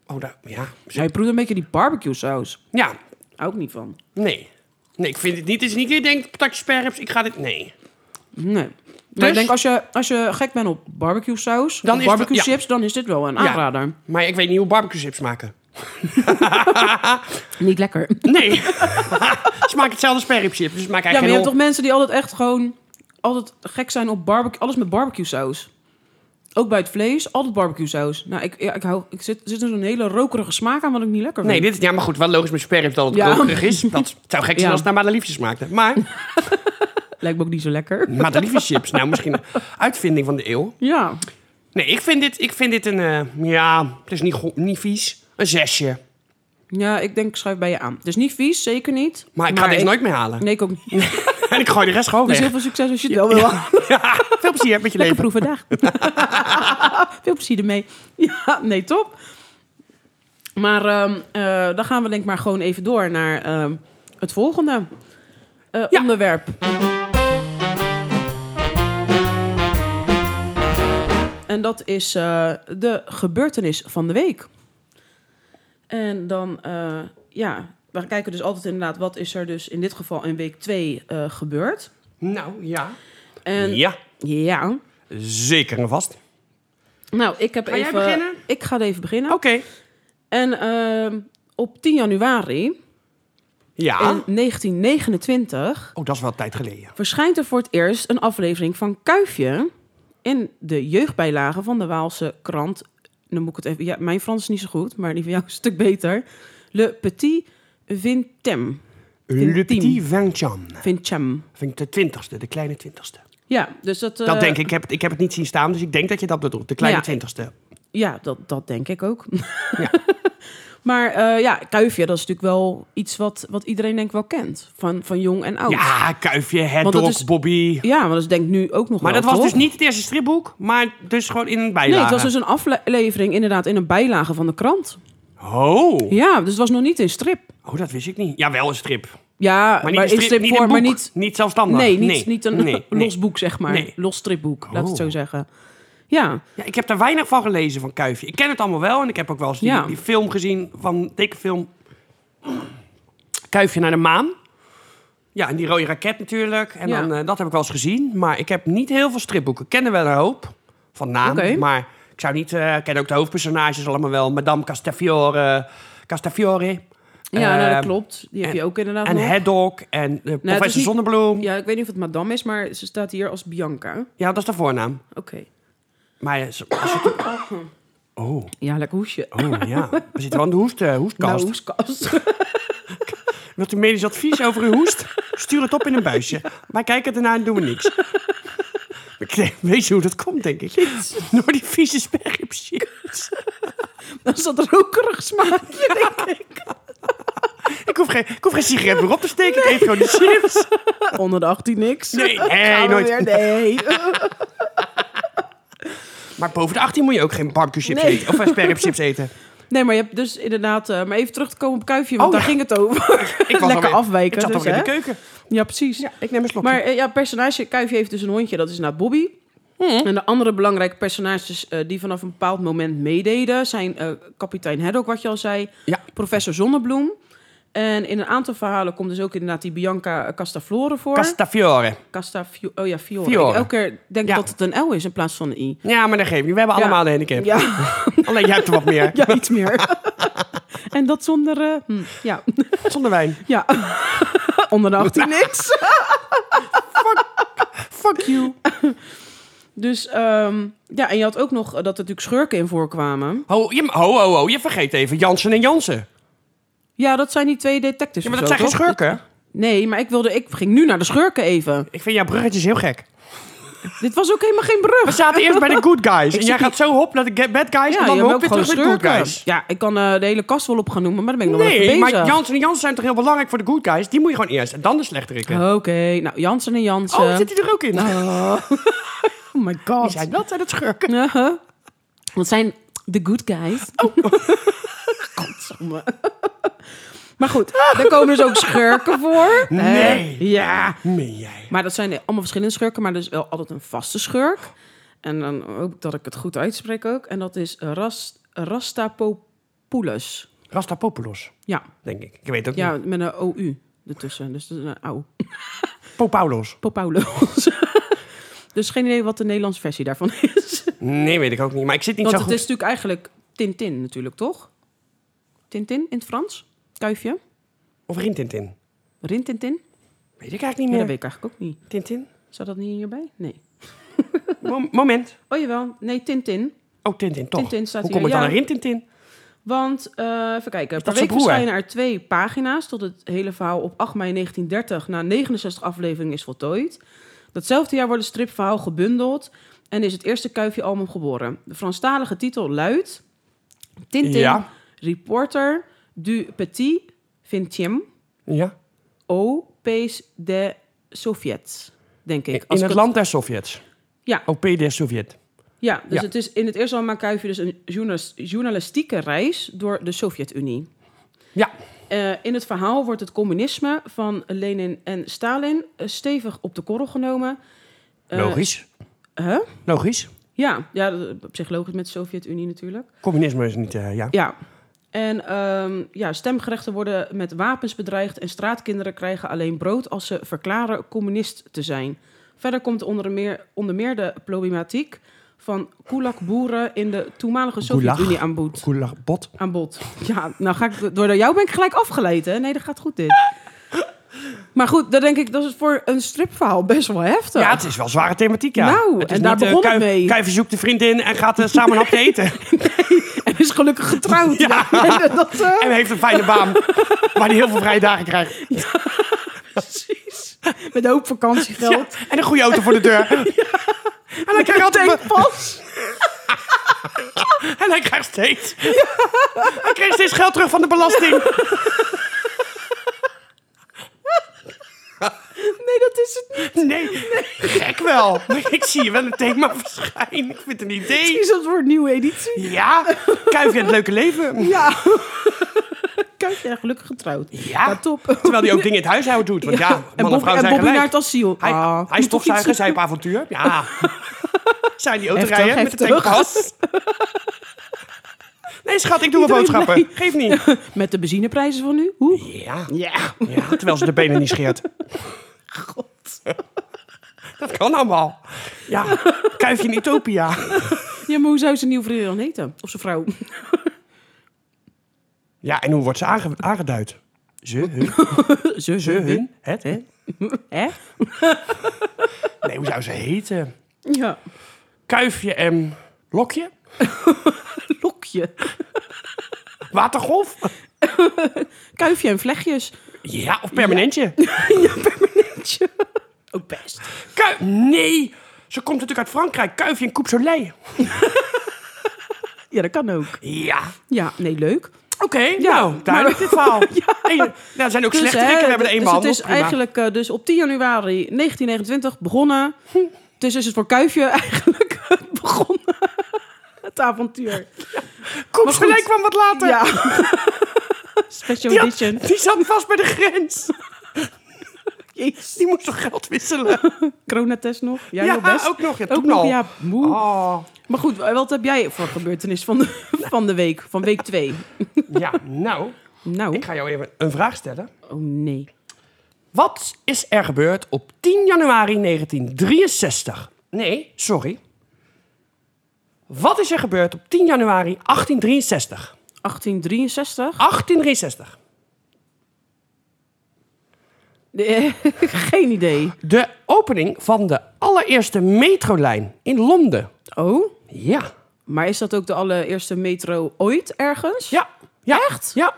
S2: Oh, daar, ja.
S1: Hij proeft een beetje die barbecue saus.
S2: Ja,
S1: Hou ik niet van.
S2: nee. Nee, ik vind het niet. Het is niet dat je denkt, patatje sperms, ik ga dit... Nee.
S1: Nee.
S2: Dus-
S1: Maar ik denk, als je, als je gek bent op barbecue saus,
S2: Dan
S1: dan
S2: is het-
S1: barbecue
S2: ja.
S1: chips, dan is dit wel een
S2: Ja.
S1: aanrader.
S2: Maar ik weet niet hoe barbecue chips maken.
S1: Niet lekker.
S2: Nee. Smaakt hetzelfde spermchip, dus
S1: Ja,
S2: het maakt
S1: maar je
S2: eigenlijk
S1: hebt
S2: geen
S1: toch
S2: hol.
S1: mensen die altijd echt gewoon altijd gek zijn op barbecue, alles met barbecue saus. Ook bij het vlees, altijd barbecue saus. Nou, ik, ja, ik hou, ik zit, zit er zo'n hele rokerige smaak aan wat ik niet lekker vind.
S2: Nee, dit is, ja, maar goed, wel logisch met sperms dat het
S1: Ja.
S2: rokerig is. Dat het zou gek zijn
S1: Ja.
S2: als het naar madeliefjes smaakte. Maar
S1: Lijkt me ook niet zo lekker.
S2: madeliefjeschips, nou misschien een uitvinding van de eeuw.
S1: Ja,
S2: Nee, ik vind dit, ik vind dit een, eh, ja, het is niet, go- niet vies. Een zesje.
S1: ja ik denk ik schuif bij je aan. Het is niet vies, zeker niet.
S2: Maar ik ga deze nooit meer halen.
S1: Nee, ik ook niet.
S2: en ik gooi de rest gewoon
S1: Dus
S2: weg.
S1: heel veel succes als je het wel wil.
S2: Veel plezier met je
S1: Lekker
S2: leven.
S1: proevendag. Veel plezier ermee. Ja, nee, top. Maar ehm, eh, dan gaan we denk ik maar gewoon even door naar ehm, het volgende eh,
S2: Ja.
S1: onderwerp. En dat is eh, de gebeurtenis van de week. En dan, eh, ja, we kijken dus altijd inderdaad... wat is er dus in dit geval in week 2 gebeurd.
S2: Nou, ja.
S1: En,
S2: Ja,
S1: ja.
S2: zeker en vast.
S1: Nou, ik heb
S2: Ga jij
S1: even...
S2: beginnen? Oh.
S1: Ik ga even beginnen.
S2: Oké.
S1: En ehm, op 10 januari
S2: Ja.
S1: in 1929
S2: Oh, dat is wel tijd geleden.
S1: verschijnt er voor het eerst een aflevering van Kuifje in de jeugdbijlage van de Waalse krant. Dan moet ik het even. Ja, mijn Frans is niet zo goed, maar die van jou is een stuk beter. Le Petit Vintem.
S2: Le
S1: Tien.
S2: Petit Vincent.
S1: Vintem.
S2: Vind ik de twintigste, de kleine twintigste.
S1: Ja, dus dat. eh,
S2: Dat denk ik. Ik heb, het- ik heb het niet zien staan, dus ik denk dat je dat bedoelt. De kleine
S1: Ja.
S2: twintigste.
S1: Ja, dat, dat denk ik ook.
S2: Ja.
S1: maar eh, ja, Kuifje, dat is natuurlijk wel iets wat, wat iedereen denk ik wel kent. Van, van jong en oud.
S2: Ja, Kuifje,
S1: Oh. Want dat
S2: Hedok,
S1: is-
S2: Bobby.
S1: Ja, maar dat is denk ik nu ook nog
S2: Maar
S1: wel,
S2: dat was
S1: toch?
S2: dus niet het eerste stripboek, maar dus gewoon in een
S1: Nee,
S2: bijlage.
S1: het was dus een aflevering inderdaad in een bijlage van de krant.
S2: Oh.
S1: Ja, dus het was nog niet in strip.
S2: Oh, dat wist ik niet. Ja, wel een strip.
S1: Ja,
S2: Maar niet een strip, niet
S1: voor,
S2: een
S1: Eh, maar
S2: boek.
S1: niet...
S2: Niet zelfstandig.
S1: Nee, niet, niet een
S2: nee, nee.
S1: los boek, zeg maar.
S2: Nee.
S1: Los stripboek, laat ik het zo
S2: Oh.
S1: zeggen. Ja,
S2: Ja, ik heb daar weinig van gelezen van Kuifje. Ik ken het allemaal wel en ik heb ook wel eens die,
S1: Ja.
S2: die film gezien van dikke film Kuifje naar de maan. Ja, en die rode raket natuurlijk. En
S1: Ja.
S2: dan, eh, dat heb ik wel eens gezien. Maar ik heb niet heel veel stripboeken. Ik ken er wel een hoop van naam.
S1: Oké.
S2: Maar ik zou niet... eh, ik ken ook de hoofdpersonages allemaal wel. Madame Castafiore. Castafiore.
S1: ja nou,
S2: Ehm,
S1: dat klopt. Die heb
S2: en-
S1: je ook inderdaad
S2: En
S1: nog.
S2: Hedok. En eh,
S1: het
S2: Professor
S1: is niet-
S2: Zonnebloem. Ja.
S1: Ja, ik weet niet of het madame is, maar ze staat hier als Bianca.
S2: dat is de voornaam.
S1: Oké.
S2: Maar... eh, ze- als het- Oh,
S1: Ja, lekker hoesje.
S2: oh, ja. We zitten wel aan de hoest, eh, hoestkast.
S1: Nou, hoeskast.
S2: Wilt u medisch advies over uw hoest? Stuur het op in een buisje. Wij kijken daarna en doen we niks. Ik weet je hoe dat komt, denk ik. Door die vieze spergipschips.
S1: dat is dat rokerig smaakje, denk ik.
S2: Ik hoef geen, ik hoef geen sigaret meer op te steken. Ik eet gewoon die chips.
S1: Onder de 18 niks.
S2: Nee,
S1: Gaan
S2: nee,
S1: we
S2: nooit.
S1: weer? Nee.
S2: Maar boven de 18 moet je ook geen barbecue chips
S1: Nee.
S2: eten. Of eh, spergipschips eten.
S1: Nee, maar je hebt dus inderdaad... eh, maar even terug te komen op Kuifje, want
S2: Oh,
S1: daar ging het over.
S2: Ik was
S1: Lekker
S2: alweer-
S1: afwijken,
S2: Ik zat
S1: dus,
S2: alweer in de
S1: hè?
S2: keuken.
S1: Ja, precies.
S2: Ja, ik neem een slokje.
S1: Maar eh, ja, personage Kuifje heeft dus een hondje, dat is naar Bobby.
S2: Hmm.
S1: En de andere belangrijke personages eh, die vanaf een bepaald moment meededen... zijn eh, kapitein Haddock, wat je al zei,
S2: Ja.
S1: professor Zonnebloem. En in een aantal verhalen komt dus ook inderdaad die Bianca eh, Castaflore voor.
S2: Castafiore.
S1: Casta, Fio- oh ja, Fiore.
S2: Fiore.
S1: Ik elke keer denk
S2: Ja.
S1: dat het een L is in plaats van een I.
S2: Ja, maar dat geeft niet. We hebben
S1: Ja.
S2: allemaal de handicap.
S1: Ja,
S2: Alleen jij hebt er wat meer.
S1: ja iets meer. en dat zonder... eh, hm, ja.
S2: Zonder wijn.
S1: ja, onder de 18 niks.
S2: Fuck you.
S1: Dus ehm, ja, en je had ook nog eh, dat er natuurlijk schurken in voorkwamen.
S2: Ho, je, ho, ho, ho. Je vergeet even Jansen en Jansen.
S1: Ja, dat zijn die twee detectives.
S2: Ja, maar
S1: of
S2: dat
S1: zo,
S2: zijn geen
S1: toch?
S2: schurken.
S1: Nee, maar ik, wilde, ik ging nu naar de schurken even.
S2: Ik vind jouw bruggetjes heel gek.
S1: Dit was ook helemaal geen
S2: We
S1: brug.
S2: zaten eerst bij de good guys. En
S1: zit
S2: jij gaat zo hop naar de get- bad guys en dan
S1: je
S2: weer
S1: hebt
S2: ook weer
S1: gewoon
S2: terug naar de good guys.
S1: Ja, ik kan eh, de hele kast wel op gaan noemen, maar daar ben ik nog wel
S2: Nee,
S1: even
S2: maar
S1: bezig.
S2: Jansen en Jansen zijn toch heel belangrijk voor de good guys? Die moet je gewoon eerst en dan de slechterikken.
S1: Oké, nou, Jansen en Jansen.
S2: oh, zit hij er ook in?
S1: nou, Oh my god.
S2: Die zijn dat zijn het schurken.
S1: Uh-huh. Oh. Dat zijn de good guys. Godsamme. maar goed, daar komen dus ook schurken voor.
S2: Nee.
S1: Eh, Ja.
S2: Meen jij?
S1: Maar dat zijn allemaal verschillende schurken, maar er is wel altijd een vaste schurk. En dan hoop ik dat ik het goed uitspreek ook. En dat is Ras, Rastapopoulos.
S2: Rastapopoulos,
S1: Ja.
S2: denk ik. Ik weet ook
S1: ja,
S2: niet.
S1: met een OU ertussen. Dus dat is een au.
S2: Popoulos.
S1: Popoulos. dus geen idee wat de Nederlandse versie daarvan is.
S2: Nee, weet ik ook niet. Maar ik zit niet
S1: Want
S2: zo
S1: het
S2: goed.
S1: is natuurlijk eigenlijk Tintin natuurlijk, toch? Tintin in het Frans? Kuifje?
S2: Of Rintintin.
S1: Rintintin?
S2: Weet ik eigenlijk niet
S1: Nee,
S2: meer.
S1: dat weet ik eigenlijk ook niet.
S2: Tintin?
S1: Zat dat niet hierbij? Nee.
S2: Mom- moment.
S1: Oh jawel, nee, Tintin.
S2: Oh, Tintin, toch.
S1: Tintin staat
S2: Hoe
S1: hier,
S2: kom ik dan
S1: ja.
S2: aan Rintintin?
S1: Want, eh, even kijken, per
S2: dat zijn
S1: week
S2: broer?
S1: verschijnen er twee pagina's... tot het hele verhaal op 8 mei 1930 na 69 afleveringen is voltooid. Datzelfde jaar wordt het stripverhaal gebundeld... en is het eerste Kuifje-album geboren. De Franstalige titel luidt... Tintin,
S2: Ja.
S1: reporter du petit vingtième
S2: Ja.
S1: au pays des Sovjets, denk ik.
S2: In,
S1: Als ik
S2: het land der Sovjets.
S1: Ja.
S2: OP der Sovjet.
S1: Ja, dus
S2: Ja.
S1: het is in het eerste land maak je dus een journalis- journalistieke reis door de Sovjet-Unie.
S2: Ja.
S1: Eh, in het verhaal wordt het communisme van Lenin en Stalin eh, stevig op de korrel genomen. Eh,
S2: Logisch.
S1: hè?
S2: Logisch.
S1: Ja, ja, dat- op zich logisch met de Sovjet-Unie natuurlijk.
S2: Communisme is niet, eh, ja.
S1: Ja. En ehm, ja, stemgerechten worden met wapens bedreigd en straatkinderen krijgen alleen brood als ze verklaren communist te zijn. Verder komt onder meer, onder meer de problematiek van boeren in de toenmalige
S2: Gulag.
S1: Sovjet-Unie aan bod.
S2: Koelag bot.
S1: Aan bod. Ja, nou ga ik door jou ben ik gelijk afgeleid, hè? Nee, dat gaat goed dit. Maar goed, dan denk ik dat is voor een stripverhaal best wel heftig.
S2: Ja, het is wel zware thematiek, ja.
S1: Nou,
S2: het is
S1: en daar
S2: eh,
S1: begon het
S2: Kuif-
S1: mee.
S2: Kuiven zoekt de vriendin en gaat eh, samen een hapje eten.
S1: En is gelukkig getrouwd.
S2: Ja.
S1: En dat, eh,
S2: En heeft een fijne baan waar hij heel veel vrije dagen krijgt.
S1: precies. Met een hoop vakantiegeld.
S2: Ja, en een goede auto voor de deur. En hij krijgt altijd...
S1: Tankpas.
S2: En hij krijgt steeds. Hij krijgt steeds geld terug van de belasting.
S1: Nee, dat is het niet.
S2: Nee, gek wel. Maar ik zie je wel een thema verschijnen. Ik vind het een idee.
S1: Is dat voor een nieuwe editie?
S2: Ja, kuifje en het leuke leven.
S1: Ja. Kijk, ja, gelukkig getrouwd.
S2: Ja.
S1: top.
S2: Terwijl hij ook dingen in het huishouden doet. Want ja, man en,
S1: en Bobby,
S2: vrouw
S1: en
S2: zijn
S1: Bobby naar
S2: gelijk.
S1: het asiel.
S2: Hij,
S1: Ah,
S2: hij
S1: moet
S2: is
S1: toch
S2: toch
S1: iets
S2: zuigen,
S1: doen?
S2: zij op avontuur. Ja. Zijn die auto
S1: Heftig,
S2: rijden met de
S1: heftig.
S2: tankpas. Nee, schat, ik doe wel
S1: Iedereen
S2: boodschappen.
S1: blij.
S2: Geef niet.
S1: eh, Met de benzineprijzen van nu? Hoe?
S2: Ja.
S1: Ja.
S2: ja, terwijl ze de benen niet scheert.
S1: God.
S2: Dat kan allemaal. Ja, kuifje in Utopia.
S1: Ja, maar hoe zou zijn nieuwe vriendin dan heten? Of zijn vrouw?
S2: Ja, en hoe wordt ze aange- aangeduid? Ze, hun,
S1: Ze,
S2: ze, hun, het, hè?
S1: Hè?
S2: Nee, hoe zou ze heten?
S1: Ja.
S2: Kuifje en lokje?
S1: Lokje.
S2: Watergolf?
S1: Kuifje en vlechtjes.
S2: Ja, of permanentje?
S1: Permanentje. Ook best.
S2: Kui- nee, ze komt natuurlijk uit Frankrijk. Kuifje en Coupe Soleil.
S1: Ja, dat kan ook.
S2: Ja.
S1: Ja, nee, leuk.
S2: Oké, nou, duidelijk dit verhaal. Hey, nou, er zijn ook
S1: Dus,
S2: slechte
S1: hè,
S2: trekken. We hebben
S1: dus
S2: er één man.
S1: Het is eigenlijk eh, dus op 10 januari 1929 begonnen.
S2: Hm.
S1: Dus is het voor Kuifje eigenlijk begonnen. Het avontuur.
S2: Coupe
S1: maar
S2: Soleil
S1: goed.
S2: kwam wat later.
S1: Ja. Special
S2: Die, had-
S1: edition.
S2: die zat vast bij de grens.
S1: Jezus.
S2: Die moest toch geld wisselen?
S1: Coronatest nog. Jij
S2: ja,
S1: wel best.
S2: ook nog. Ja,
S1: Ook
S2: toen
S1: nog,
S2: al.
S1: ja. Moe.
S2: Oh.
S1: Maar goed, eh, wat heb jij voor gebeurtenis van de, van de week? Van week 2?
S2: ja, nou,
S1: Nou.
S2: ik ga jou even een vraag stellen.
S1: Oh nee.
S2: Wat is er gebeurd op 10 januari 1963? Nee, sorry. Wat is er gebeurd op 10 januari 1863?
S1: 1863?
S2: 1863.
S1: Eh, Geen idee.
S2: De opening van de allereerste metrolijn in Londen.
S1: Oh?
S2: Ja.
S1: Maar is dat ook de allereerste metro ooit ergens?
S2: Ja. ja.
S1: Echt?
S2: Ja.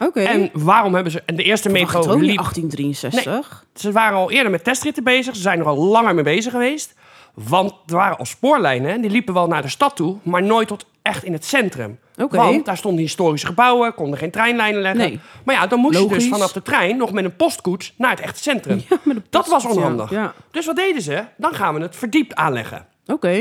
S1: Oké. oh
S2: En waarom hebben ze... En de eerste
S1: Wacht, het
S2: metro
S1: ook niet
S2: liep...
S1: 1863?
S2: Ze waren al eerder met testritten bezig. Ze zijn er al langer mee bezig geweest. Want er waren al spoorlijnen. En die liepen wel naar de stad toe. Maar nooit tot echt in het centrum.
S1: Oké.
S2: Want daar stonden historische gebouwen. Konden geen treinlijnen leggen.
S1: Nee.
S2: Maar ja, dan moest je
S1: Logisch.
S2: dus vanaf de trein nog met een postkoets naar het echte centrum.
S1: Ja, met de
S2: dat was
S1: postkoets, ja.
S2: onhandig.
S1: Ja.
S2: Dus wat deden ze? Dan gaan we het verdiept aanleggen.
S1: Oké.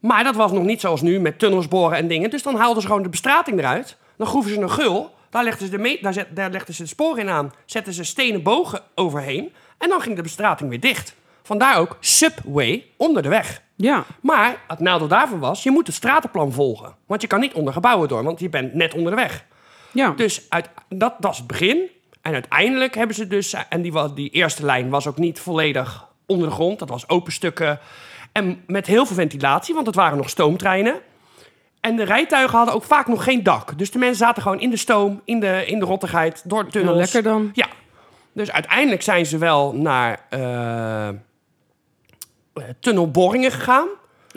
S2: Maar dat was nog niet zoals nu met tunnels boren en dingen. Dus dan haalden ze gewoon de bestrating eruit. Dan groeven ze een geul. Daar legden ze de, me- daar zet- daar legden ze de sporen in aan. Zetten ze stenen bogen overheen. En dan ging de bestrating weer dicht. Vandaar ook subway onder de weg.
S1: Ja.
S2: Maar het nadeel daarvan was, je moet het stratenplan volgen. Want je kan niet onder gebouwen door, want je bent net onder de weg.
S1: Ja.
S2: Dus uit, dat, dat is het begin. En uiteindelijk hebben ze dus... En die, wa- die eerste lijn was ook niet volledig onder de grond. Dat was open stukken. En met heel veel ventilatie, want het waren nog stoomtreinen. En de rijtuigen hadden ook vaak nog geen dak. Dus de mensen zaten gewoon in de stoom, in de, in de rottigheid, door de tunnels.
S1: Nou, lekker dan.
S2: Ja. Dus uiteindelijk zijn ze wel naar eh, eh, tunnelboringen gegaan.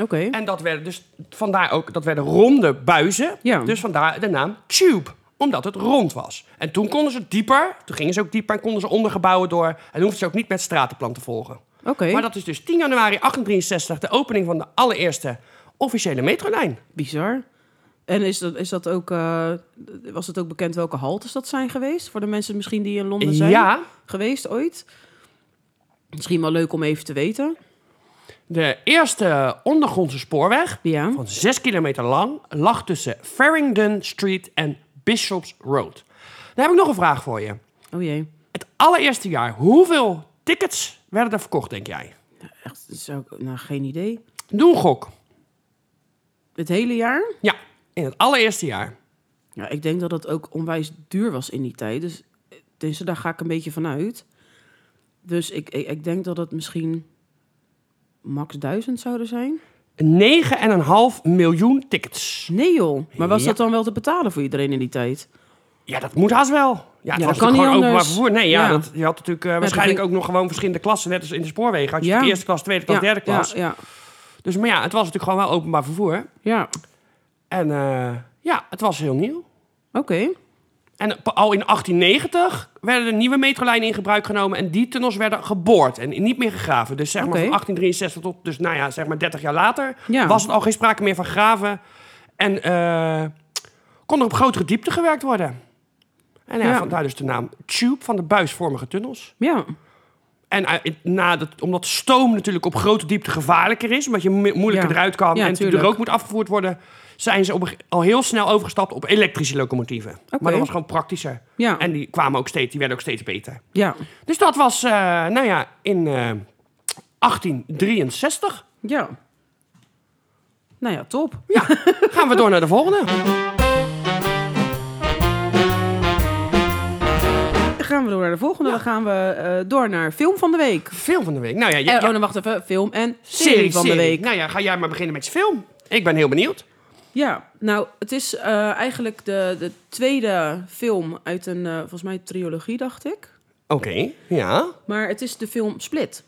S1: Oké.
S2: En dat werden dus vandaar ook, dat werden ronde buizen.
S1: Ja.
S2: Dus vandaar de naam Tube, omdat het rond was. En toen konden ze dieper, toen gingen ze ook dieper en konden ze ondergebouwen door. En hoefden ze ook niet met stratenplan te volgen.
S1: Oké.
S2: Maar dat is dus 10 januari 1863 de opening van de allereerste officiële metrolijn.
S1: Bizar. En is dat, is dat ook, eh, was het ook bekend welke haltes dat zijn geweest? Voor de mensen misschien die in Londen zijn
S2: Ja,
S1: geweest ooit? Misschien wel leuk om even te weten.
S2: De eerste ondergrondse spoorweg,
S1: Ja.
S2: van 6 kilometer lang, lag tussen Farringdon Street en Bishops Road. Dan heb ik nog een vraag voor je.
S1: Oh jee.
S2: Het allereerste jaar, hoeveel tickets werden er verkocht, denk jij?
S1: Echt, dat is ook, nou, geen idee.
S2: Doe een gok.
S1: Het hele jaar?
S2: Ja, in het allereerste jaar.
S1: Ja, ik denk dat het ook onwijs duur was in die tijd. Dus, eh, dus daar ga ik een beetje van uit. Dus ik, ik, ik denk dat het misschien max duizend zouden zijn.
S2: 9,5 miljoen tickets.
S1: Nee joh. Maar was
S2: Ja.
S1: dat dan wel te betalen voor iedereen in die tijd?
S2: Ja, dat moet haast wel. Ja, het
S1: dat
S2: was
S1: kan
S2: natuurlijk
S1: niet
S2: gewoon openbaar
S1: anders.
S2: vervoer. Nee, ja,
S1: Ja.
S2: Dat, je had natuurlijk eh, waarschijnlijk
S1: ging-
S2: ook nog gewoon verschillende klassen. Net als in de spoorwegen had je
S1: Ja.
S2: de eerste klas, tweede klas,
S1: ja,
S2: derde klas.
S1: Ja, ja,
S2: Dus maar ja, het was natuurlijk gewoon wel openbaar vervoer.
S1: ja.
S2: En eh, ja, het was heel nieuw.
S1: oké.
S2: En pa- al in 1890 werden er nieuwe metrolijnen in gebruik genomen en die tunnels werden geboord en niet meer gegraven. Dus zeg maar
S1: Oké.
S2: van 1863 tot, dus nou ja, zeg maar 30 jaar later,
S1: Ja.
S2: was het al geen sprake meer van graven. En eh, kon er op grotere diepte gewerkt worden. En ja,
S1: Ja.
S2: vandaar dus de naam Tube van de buisvormige tunnels.
S1: Ja.
S2: En eh, in- na dat, omdat stoom natuurlijk op grote diepte gevaarlijker is, omdat je mo- moeilijker
S1: Ja.
S2: eruit kan
S1: Ja,
S2: en natuurlijk
S1: tuurlijk.
S2: de rook moet afgevoerd worden, zijn ze op, een ge- al heel snel overgestapt op elektrische locomotieven. Maar dat was gewoon praktischer.
S1: Ja.
S2: En die kwamen ook steeds, die werden ook steeds beter.
S1: ja.
S2: Dus dat was, eh, nou ja, in eh, 1863.
S1: Ja. Nou ja, top.
S2: Ja, gaan we door naar de volgende.
S1: Dan gaan we door naar de volgende. Dan gaan we eh, door naar film van de week.
S2: Film van de week. Nou ja, je,
S1: Eh,
S2: ja,
S1: Oh, dan wacht even. Film en serie,
S2: serie,
S1: van de
S2: serie.
S1: week.
S2: Nou ja, ga jij maar beginnen met je film. Ik ben heel benieuwd.
S1: Ja, nou, het is eh, eigenlijk de, de tweede film uit een, eh, volgens mij, trilogie, dacht ik.
S2: Oké, ja.
S1: Maar het is de film Split.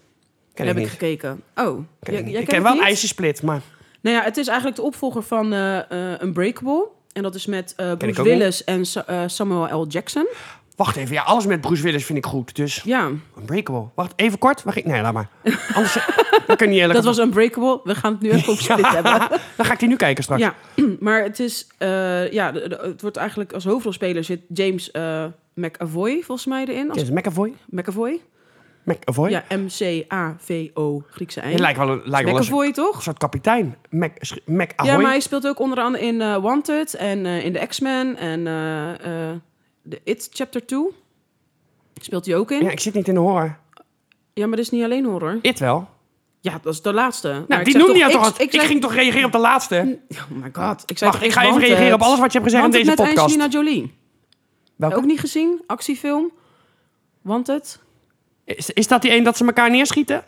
S2: Ken
S1: heb
S2: ik
S1: ik
S2: niet.
S1: gekeken. Oh,
S2: Ken
S1: jij-
S2: ik niet.
S1: jij
S2: ik
S1: kent
S2: ken
S1: het
S2: wel
S1: niet?
S2: IJzersplit, maar
S1: Nou ja, het is eigenlijk de opvolger van eh, eh, Unbreakable. En dat is met eh
S2: ik
S1: Bruce
S2: ook niet.
S1: Willis en Sa- eh, Samuel L. Jackson.
S2: wacht even. Ja, alles met Bruce Willis vind ik goed, dus...
S1: Ja,
S2: Unbreakable. Wacht, even kort. Wacht, nee, laat maar. Anders dan kun je niet
S1: dat was Unbreakable. We gaan het nu even op Split hebben.
S2: Dan ga ik die nu kijken straks.
S1: Ja, maar het is... eh, ja, de- de- het wordt eigenlijk als hoofdrolspeler zit James eh, McAvoy volgens mij erin. Als
S2: Is het McAvoy?
S1: McAvoy?
S2: McAvoy?
S1: Ja, M-C-A-V-o, Griekse
S2: Je
S1: eind.
S2: lijkt wel, een- lijkt wel eens
S1: McAvoy, toch?
S2: een soort kapitein. Mac, sch- Mac Ahoy.
S1: Ja, maar hij speelt ook onder andere in eh, Wanted en eh, in de X-Men en eh, eh, de It Chapter 2. Speelt hij ook in?
S2: Ja, ik zit niet in de horror.
S1: Ja, maar dat is niet alleen horror.
S2: It wel.
S1: Ja, dat is de laatste. Maar
S2: Nou,
S1: ik
S2: die
S1: zeg
S2: noemde je
S1: ik-
S2: toch al. Ik,
S1: Ik, zeg-
S2: ging toch reageren op de laatste?
S1: Oh my god. Ik zei
S2: Wacht,
S1: toch
S2: ik ga even
S1: Wanted.
S2: reageren op alles wat je hebt gezegd in
S1: Wanted
S2: deze
S1: met
S2: podcast.
S1: Angelina Jolie.
S2: Welke?
S1: Ook niet gezien? Actiefilm? Wanted?
S2: Is, is dat die een dat ze elkaar neerschieten?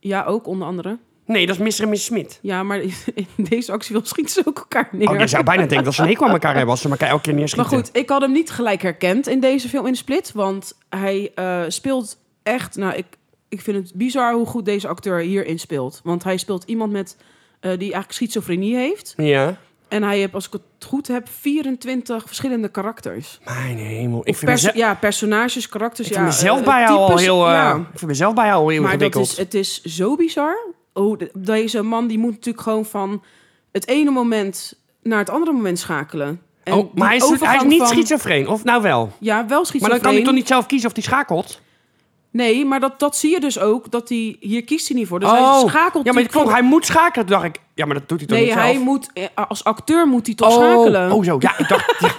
S1: Ja, ook onder andere.
S2: Nee, dat is Mr. en Miss Smith.
S1: Ja, maar in deze actiefilm schieten ze ook elkaar neer.
S2: Oh, je zou bijna denken dat ze een hekel aan elkaar hebben als ze elkaar elke keer
S1: Maar
S2: neerschieten.
S1: goed, ik had hem niet gelijk herkend in deze film in Split. Want hij eh, speelt echt... Nou, ik, ik vind het bizar hoe goed deze acteur hierin speelt. Want hij speelt iemand met, eh, die eigenlijk schizofrenie heeft.
S2: Ja.
S1: En hij heeft, als ik het goed heb, 24 verschillende karakters.
S2: Mijn hemel. Ik vind,
S1: Pers-
S2: mezelf,
S1: ja, personages, karakters.
S2: ik
S1: ja,
S2: vind mezelf
S1: eh,
S2: bij jou al
S1: types,
S2: heel... eh,
S1: ja.
S2: Ik vind mezelf bij jou al heel
S1: Maar dat
S2: ingewikkeld.
S1: is, het is zo bizar. Hoe de- deze man die moet natuurlijk gewoon van het ene moment naar het andere moment schakelen. En
S2: oh, maar hij
S1: die
S2: is, hij is
S1: overgang
S2: niet
S1: van-
S2: schizofreen. Of nou wel.
S1: Ja, wel
S2: Maar
S1: schizofreen.
S2: dan kan hij toch niet zelf kiezen of hij schakelt?
S1: Nee, maar dat, dat zie je dus ook. Dat hij, hier kiest hij niet voor. Dus hij schakelt...
S2: Oh. Ja, maar ik
S1: natuurlijk
S2: vond, hij moet schakelen. Toen dacht ik, ja, maar dat doet hij toch
S1: Nee,
S2: niet zelf?
S1: hij moet... eh, Als acteur moet hij toch
S2: oh,
S1: schakelen.
S2: Oh, zo. Ja, ik dacht... ja.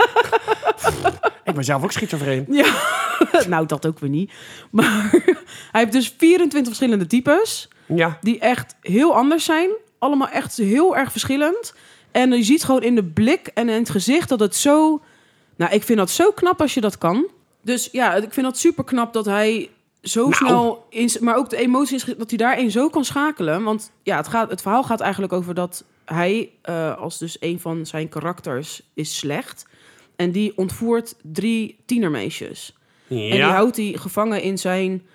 S2: ik ben zelf ook schizofreen.
S1: Ja, nou dat ook weer niet. Maar hij heeft dus 24 verschillende types.
S2: Ja.
S1: die echt heel anders zijn. Allemaal echt heel erg verschillend. En je ziet gewoon in de blik en in het gezicht dat het zo... Nou, ik vind dat zo knap als je dat kan. Dus ja, ik vind dat super knap dat hij zo snel... In, z- maar ook de emoties, dat hij daarin zo kan schakelen. Want ja, het, gaat, het verhaal gaat eigenlijk over dat hij... eh, als dus een van zijn karakters is slecht... en die ontvoert drie tienermeisjes. En die
S2: Ja.
S1: houdt hij gevangen in zijn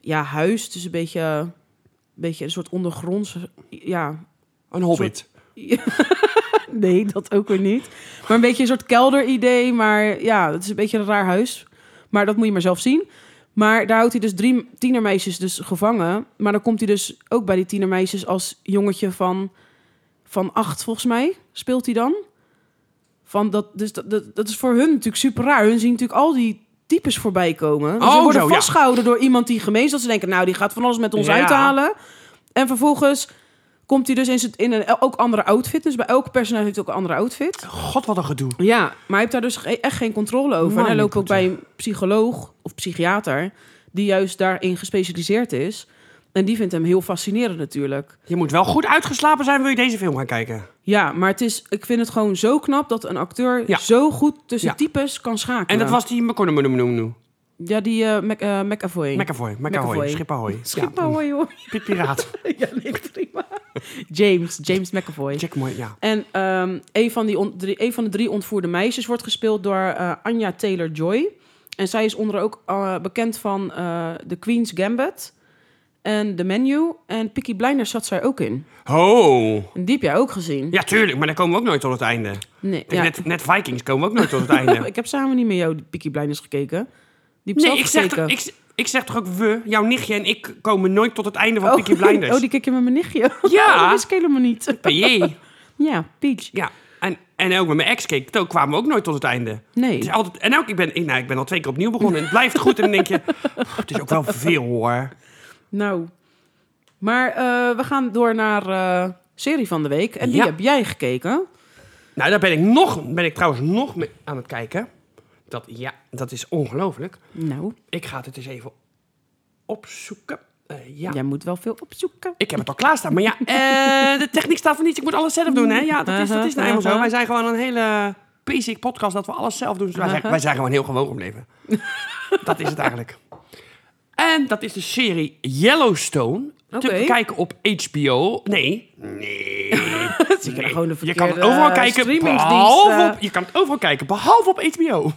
S1: ja, huis. Dus een beetje, een beetje een soort ondergronds. Ja.
S2: Een hobbit.
S1: Nee, dat ook weer niet. Maar een beetje een soort kelder-idee. Maar ja, het is een beetje een raar huis. Maar dat moet je maar zelf zien. Maar daar houdt hij dus drie tienermeisjes dus gevangen. Maar dan komt hij dus ook bij die tienermeisjes als jongetje van, van acht, volgens mij. Speelt hij dan? Van dat, dus dat, dat, dat is voor hun natuurlijk super raar. Hun zien natuurlijk al die types voorbij komen. Dus ze
S2: Oh,
S1: worden
S2: zo, ja.
S1: vastgehouden door iemand die gemeen is. Dat ze denken, nou, die gaat van alles met ons
S2: Ja.
S1: uithalen. En vervolgens komt hij dus in, zijn, in een ook andere outfit. Dus bij elk personage heeft hij ook een andere outfit.
S2: God, wat een gedoe.
S1: Ja, maar hij heeft daar dus ge- echt geen controle over. en hij
S2: Mijn
S1: loopt ook
S2: goede.
S1: bij een psycholoog of psychiater... die juist daarin gespecialiseerd is. En die vindt hem heel fascinerend natuurlijk.
S2: Je moet wel goed uitgeslapen zijn, wil je deze film gaan kijken.
S1: Ja, maar het is, ik vind het gewoon zo knap dat een acteur
S2: Ja.
S1: zo goed tussen
S2: Ja.
S1: types kan schakelen.
S2: En dat was die McConaughey.
S1: Ja, die eh Mac, eh, McAvoy.
S2: McAvoy, McAvoy,
S1: McAvoy.
S2: Schippahoy.
S1: Schip ahoy, hoor.
S2: Ja, Piet Piraat.
S1: ja, nee, prima. James, James McAvoy.
S2: Check mooi, ja.
S1: En ehm, een, van die on- drie, een van de drie ontvoerde meisjes wordt gespeeld door eh, Anya Taylor-Joy. En zij is onder ook eh, bekend van eh The Queen's Gambit en The Menu. En Peaky Blinders zat zij ook in.
S2: Oh.
S1: En die heb jij ook gezien.
S2: Ja, tuurlijk, maar dan komen we ook nooit tot het einde.
S1: Nee,
S2: Kijk,
S1: ja. Oh,
S2: Net, net Vikings komen we ook nooit tot het einde.
S1: Ik heb samen niet met jou Peaky Blinders gekeken. Die heb
S2: Nee,
S1: zelf
S2: ik zeg,
S1: gekeken.
S2: toch- ik, ik zeg toch ook we, jouw nichtje en ik komen nooit tot het einde van
S1: Oh.
S2: Peaky Blinders.
S1: Oh, die kijk je met mijn nichtje.
S2: Ja.
S1: dat wist ik helemaal niet.
S2: PJ.
S1: Ja, Peach.
S2: Ja, en, en ook met mijn ex keek, toen kwamen we ook nooit tot het einde.
S1: Nee.
S2: Het is altijd, en ook, ik ben, ik, nou, ik ben al twee keer opnieuw begonnen en het blijft goed. En dan denk je, "Pff, het is ook wel veel hoor.
S1: Nou. Maar eh, we gaan door naar eh, serie van de week. En die
S2: Ja.
S1: heb jij gekeken.
S2: Nou, daar ben ik, nog, ben ik trouwens nog mee aan het kijken. Dat, ja, dat is ongelooflijk.
S1: Nou,
S2: Ik ga het eens even opzoeken. Eh, ja.
S1: jij moet wel veel opzoeken.
S2: Ik heb het al klaarstaan, maar ja, eh, de techniek staat voor niets. Ik moet alles zelf doen, hè? Ja, dat is, dat is nou eenmaal zo. Wij zijn gewoon een hele basic podcast dat we alles zelf doen. Dus wij, zijn, wij zijn gewoon heel gewoon gebleven. dat is het eigenlijk. En dat is de serie Yellowstone. Te
S1: Oké.
S2: bekijken op HBO. Nee. Nee.
S1: Je kan gewoon de
S2: Je kan het
S1: verkeerde,
S2: overal
S1: eh,
S2: kijken,
S1: streamingsdiensten.
S2: behalve op, je kan het overal kijken, behalve op HBO.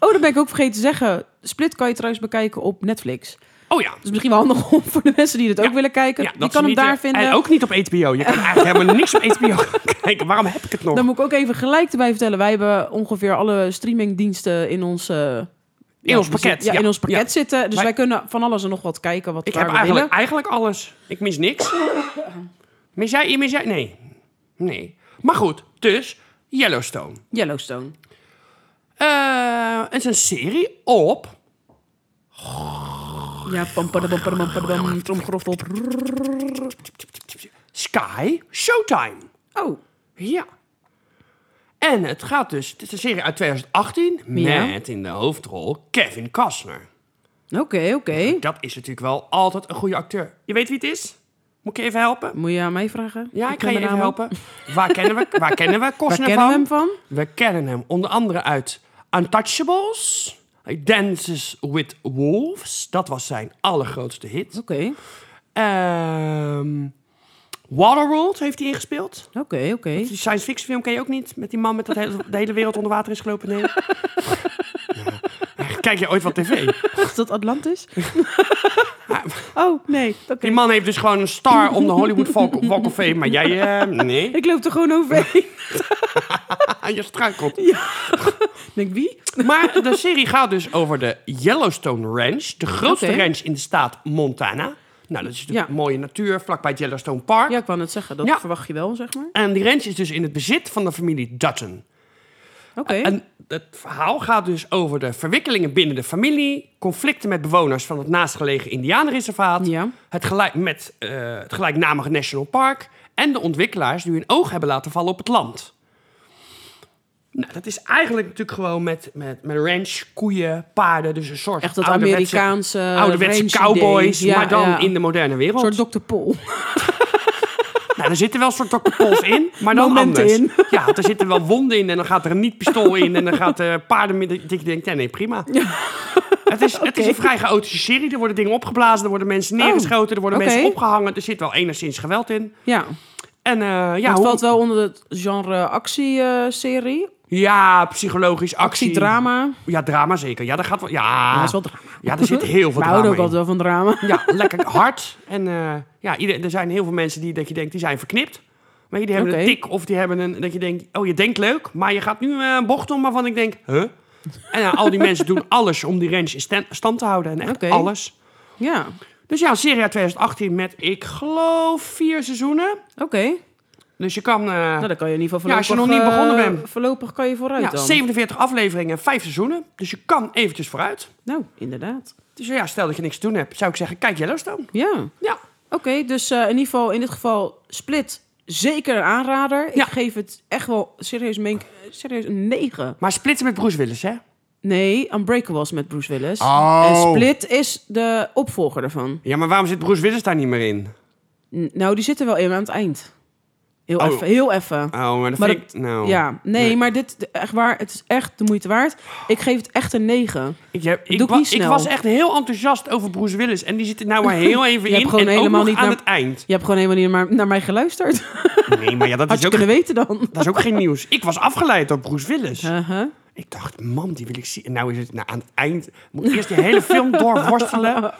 S1: Oh, dat ben ik ook vergeten te zeggen. Split kan je trouwens bekijken op Netflix.
S2: Oh ja.
S1: Dat is misschien wel handig om voor de mensen die het ook willen kijken.
S2: Ja,
S1: je
S2: dat
S1: kan hem
S2: is niet,
S1: daar
S2: eh,
S1: vinden.
S2: En ook niet op HBO. Je kan eigenlijk helemaal niks op HBO kijken. Waarom heb ik het nog?
S1: Dan moet ik ook even gelijk erbij vertellen. Wij hebben ongeveer alle streamingdiensten in ons... eh, ja,
S2: ons pakket,
S1: Ja,
S2: ja.
S1: in ons pakket
S2: Ja.
S1: zitten. Dus wij,
S2: Wij-
S1: kunnen van alles en nog wat kijken wat
S2: Ik
S1: waar
S2: heb
S1: we
S2: eigenlijk,
S1: willen.
S2: eigenlijk alles. Ik mis niks. mis jij? Mis jij? Nee. Nee. Maar goed, dus Yellowstone.
S1: Yellowstone.
S2: Eh, het is een serie op...
S1: Ja, pam, padam, pam, padam, padam, tromgeroffel.
S2: Sky Showtime.
S1: Oh,
S2: Ja. En het gaat dus... Het is een serie uit 2018
S1: Ja.
S2: met in de hoofdrol Kevin Costner.
S1: oké, oké.
S2: Dat is natuurlijk wel altijd een goede acteur. Je weet wie het is? Moet ik je even helpen?
S1: Moet je aan mij vragen?
S2: Ja, ik ga
S1: ken
S2: je
S1: de
S2: even
S1: naam
S2: helpen. Waar kennen we, waar kennen we
S1: Waar
S2: Costner
S1: kennen we
S2: van?
S1: hem van?
S2: We kennen hem onder andere uit Untouchables, Dances with Wolves, dat was zijn allergrootste hit.
S1: Oké,
S2: Ehm, Waterworld heeft hij ingespeeld.
S1: oké, oké.
S2: Die science fiction film ken je ook niet, met die man met dat hele, de hele wereld onder water is gelopen. Nee. Ja, Kijk je ooit wat tv?
S1: Is dat Atlantis? oh, nee, oké.
S2: Die man heeft dus gewoon een star om de Hollywood Walk Walk of Fame, maar jij, eh, nee,
S1: Ik loop er gewoon overheen.
S2: aan je struikelt.
S1: Denk
S2: Nou.
S1: wie?
S2: Maar de serie gaat dus over de Yellowstone Ranch. De grootste
S1: Oké.
S2: ranch in de staat Montana. Nou, dat is natuurlijk
S1: Ja.
S2: mooie natuur, vlakbij het Yellowstone Park.
S1: Ja, ik wou net zeggen. Dat
S2: Ja.
S1: verwacht je wel, zeg maar.
S2: En die ranch is dus in het bezit van de familie Dutton.
S1: Oké.
S2: En het verhaal gaat dus over de verwikkelingen binnen de familie... conflicten met bewoners van het naastgelegen Indianenreservaat...
S1: Ja.
S2: Het gelijk, met eh, het gelijknamige National Park... en de ontwikkelaars die hun oog hebben laten vallen op het land. Nou, dat is eigenlijk natuurlijk gewoon met, met, met ranch, koeien, paarden... dus een soort
S1: Echt dat
S2: ouderwetse-
S1: Amerikaanse
S2: ouderwetse
S1: ranch idee.
S2: cowboys...
S1: Ja,
S2: maar dan
S1: ja.
S2: in de moderne wereld.
S1: Een soort Dr. Pol.
S2: Nou, er zitten wel soort Dr. Pols in, maar dan
S1: Momenten
S2: anders.
S1: in.
S2: Ja, er zitten wel wonden in en dan gaat er een niet-pistool in en dan gaat eh paarden... met- Dat je denkt, ja, nee, prima. Het, is, het is een vrij chaotische serie. Er worden dingen opgeblazen, er worden mensen neergeschoten, er worden
S1: Oh, oké.
S2: mensen opgehangen. Er zit wel enigszins geweld in.
S1: Ja.
S2: En eh, ja,
S1: het
S2: hoe-
S1: valt wel onder het genre actieserie.
S2: ja, psychologisch, actie.
S1: Actiedrama.
S2: Ja, drama zeker. Ja, daar gaat wel... Ja,
S1: dat is wel drama.
S2: Ah. Ja, er zit heel veel
S1: We
S2: drama
S1: houden ook
S2: in.
S1: altijd wel van drama.
S2: Ja, lekker hard. En eh, ja, ieder, er zijn heel veel mensen die dat je denkt, die zijn verknipt. Maar die hebben
S1: Oké.
S2: een tik of die hebben een, dat je denkt, oh je denkt leuk, maar je gaat nu eh, een bocht om waarvan ik denk, huh? En eh, al die mensen doen alles om die range in stand, stand te houden. En echt
S1: Oké.
S2: alles.
S1: Ja,
S2: Dus ja, een serie uit 2018 met, ik geloof, vier seizoenen.
S1: oké.
S2: Dus je kan... eh,
S1: Nou, dan kan je in ieder geval
S2: Ja, als
S1: voorlopig...
S2: je nog niet
S1: eh,
S2: begonnen bent.
S1: Voorlopig kan je vooruit
S2: ja,
S1: dan.
S2: 47 afleveringen en 5 seizoenen. Dus je kan eventjes vooruit.
S1: Nou, inderdaad.
S2: Dus ja, stel dat je niks te doen hebt, zou ik zeggen, kijk Yellowstone.
S1: Ja.
S2: Ja.
S1: Oké, dus eh, in ieder geval, in dit geval, Split, zeker een aanrader.
S2: Ja.
S1: Ik geef het echt wel serieus, meen ik, eh, serieus een 9.
S2: Maar splitsen met Bruce Willis, hè?
S1: Nee, Unbreakable was met Bruce Willis.
S2: Oh.
S1: En Split is de opvolger daarvan.
S2: Ja, maar waarom zit Bruce Willis daar niet meer in?
S1: N- nou, die zit er wel in aan het eind. Heel
S2: Oh.
S1: even, heel even.
S2: Oh, maar dat
S1: Maar
S2: vind
S1: dat-
S2: ik... Nou,
S1: Ja, nee,
S2: Nee.
S1: maar dit, de- echt waar, het is echt de moeite waard. Ik geef het echt een 9.
S2: ik, heb, ik,
S1: doe ik
S2: wa-
S1: niet
S2: ik
S1: snel.
S2: was echt heel enthousiast over Bruce Willis. En die zit er nou maar heel even
S1: Je hebt
S2: in
S1: gewoon
S2: en ook
S1: helemaal
S2: nog
S1: niet
S2: aan
S1: naar-
S2: het eind.
S1: Je hebt gewoon helemaal niet naar, naar mij geluisterd.
S2: Nee, maar ja, dat
S1: Had
S2: is
S1: je
S2: ook,
S1: kunnen weten dan.
S2: dat is ook geen nieuws. Ik was afgeleid door Bruce Willis.
S1: Uh-huh.
S2: Ik dacht, man, die wil ik zien. En nou is het nou, aan het eind. Moet ik eerst die hele film doorworstelen.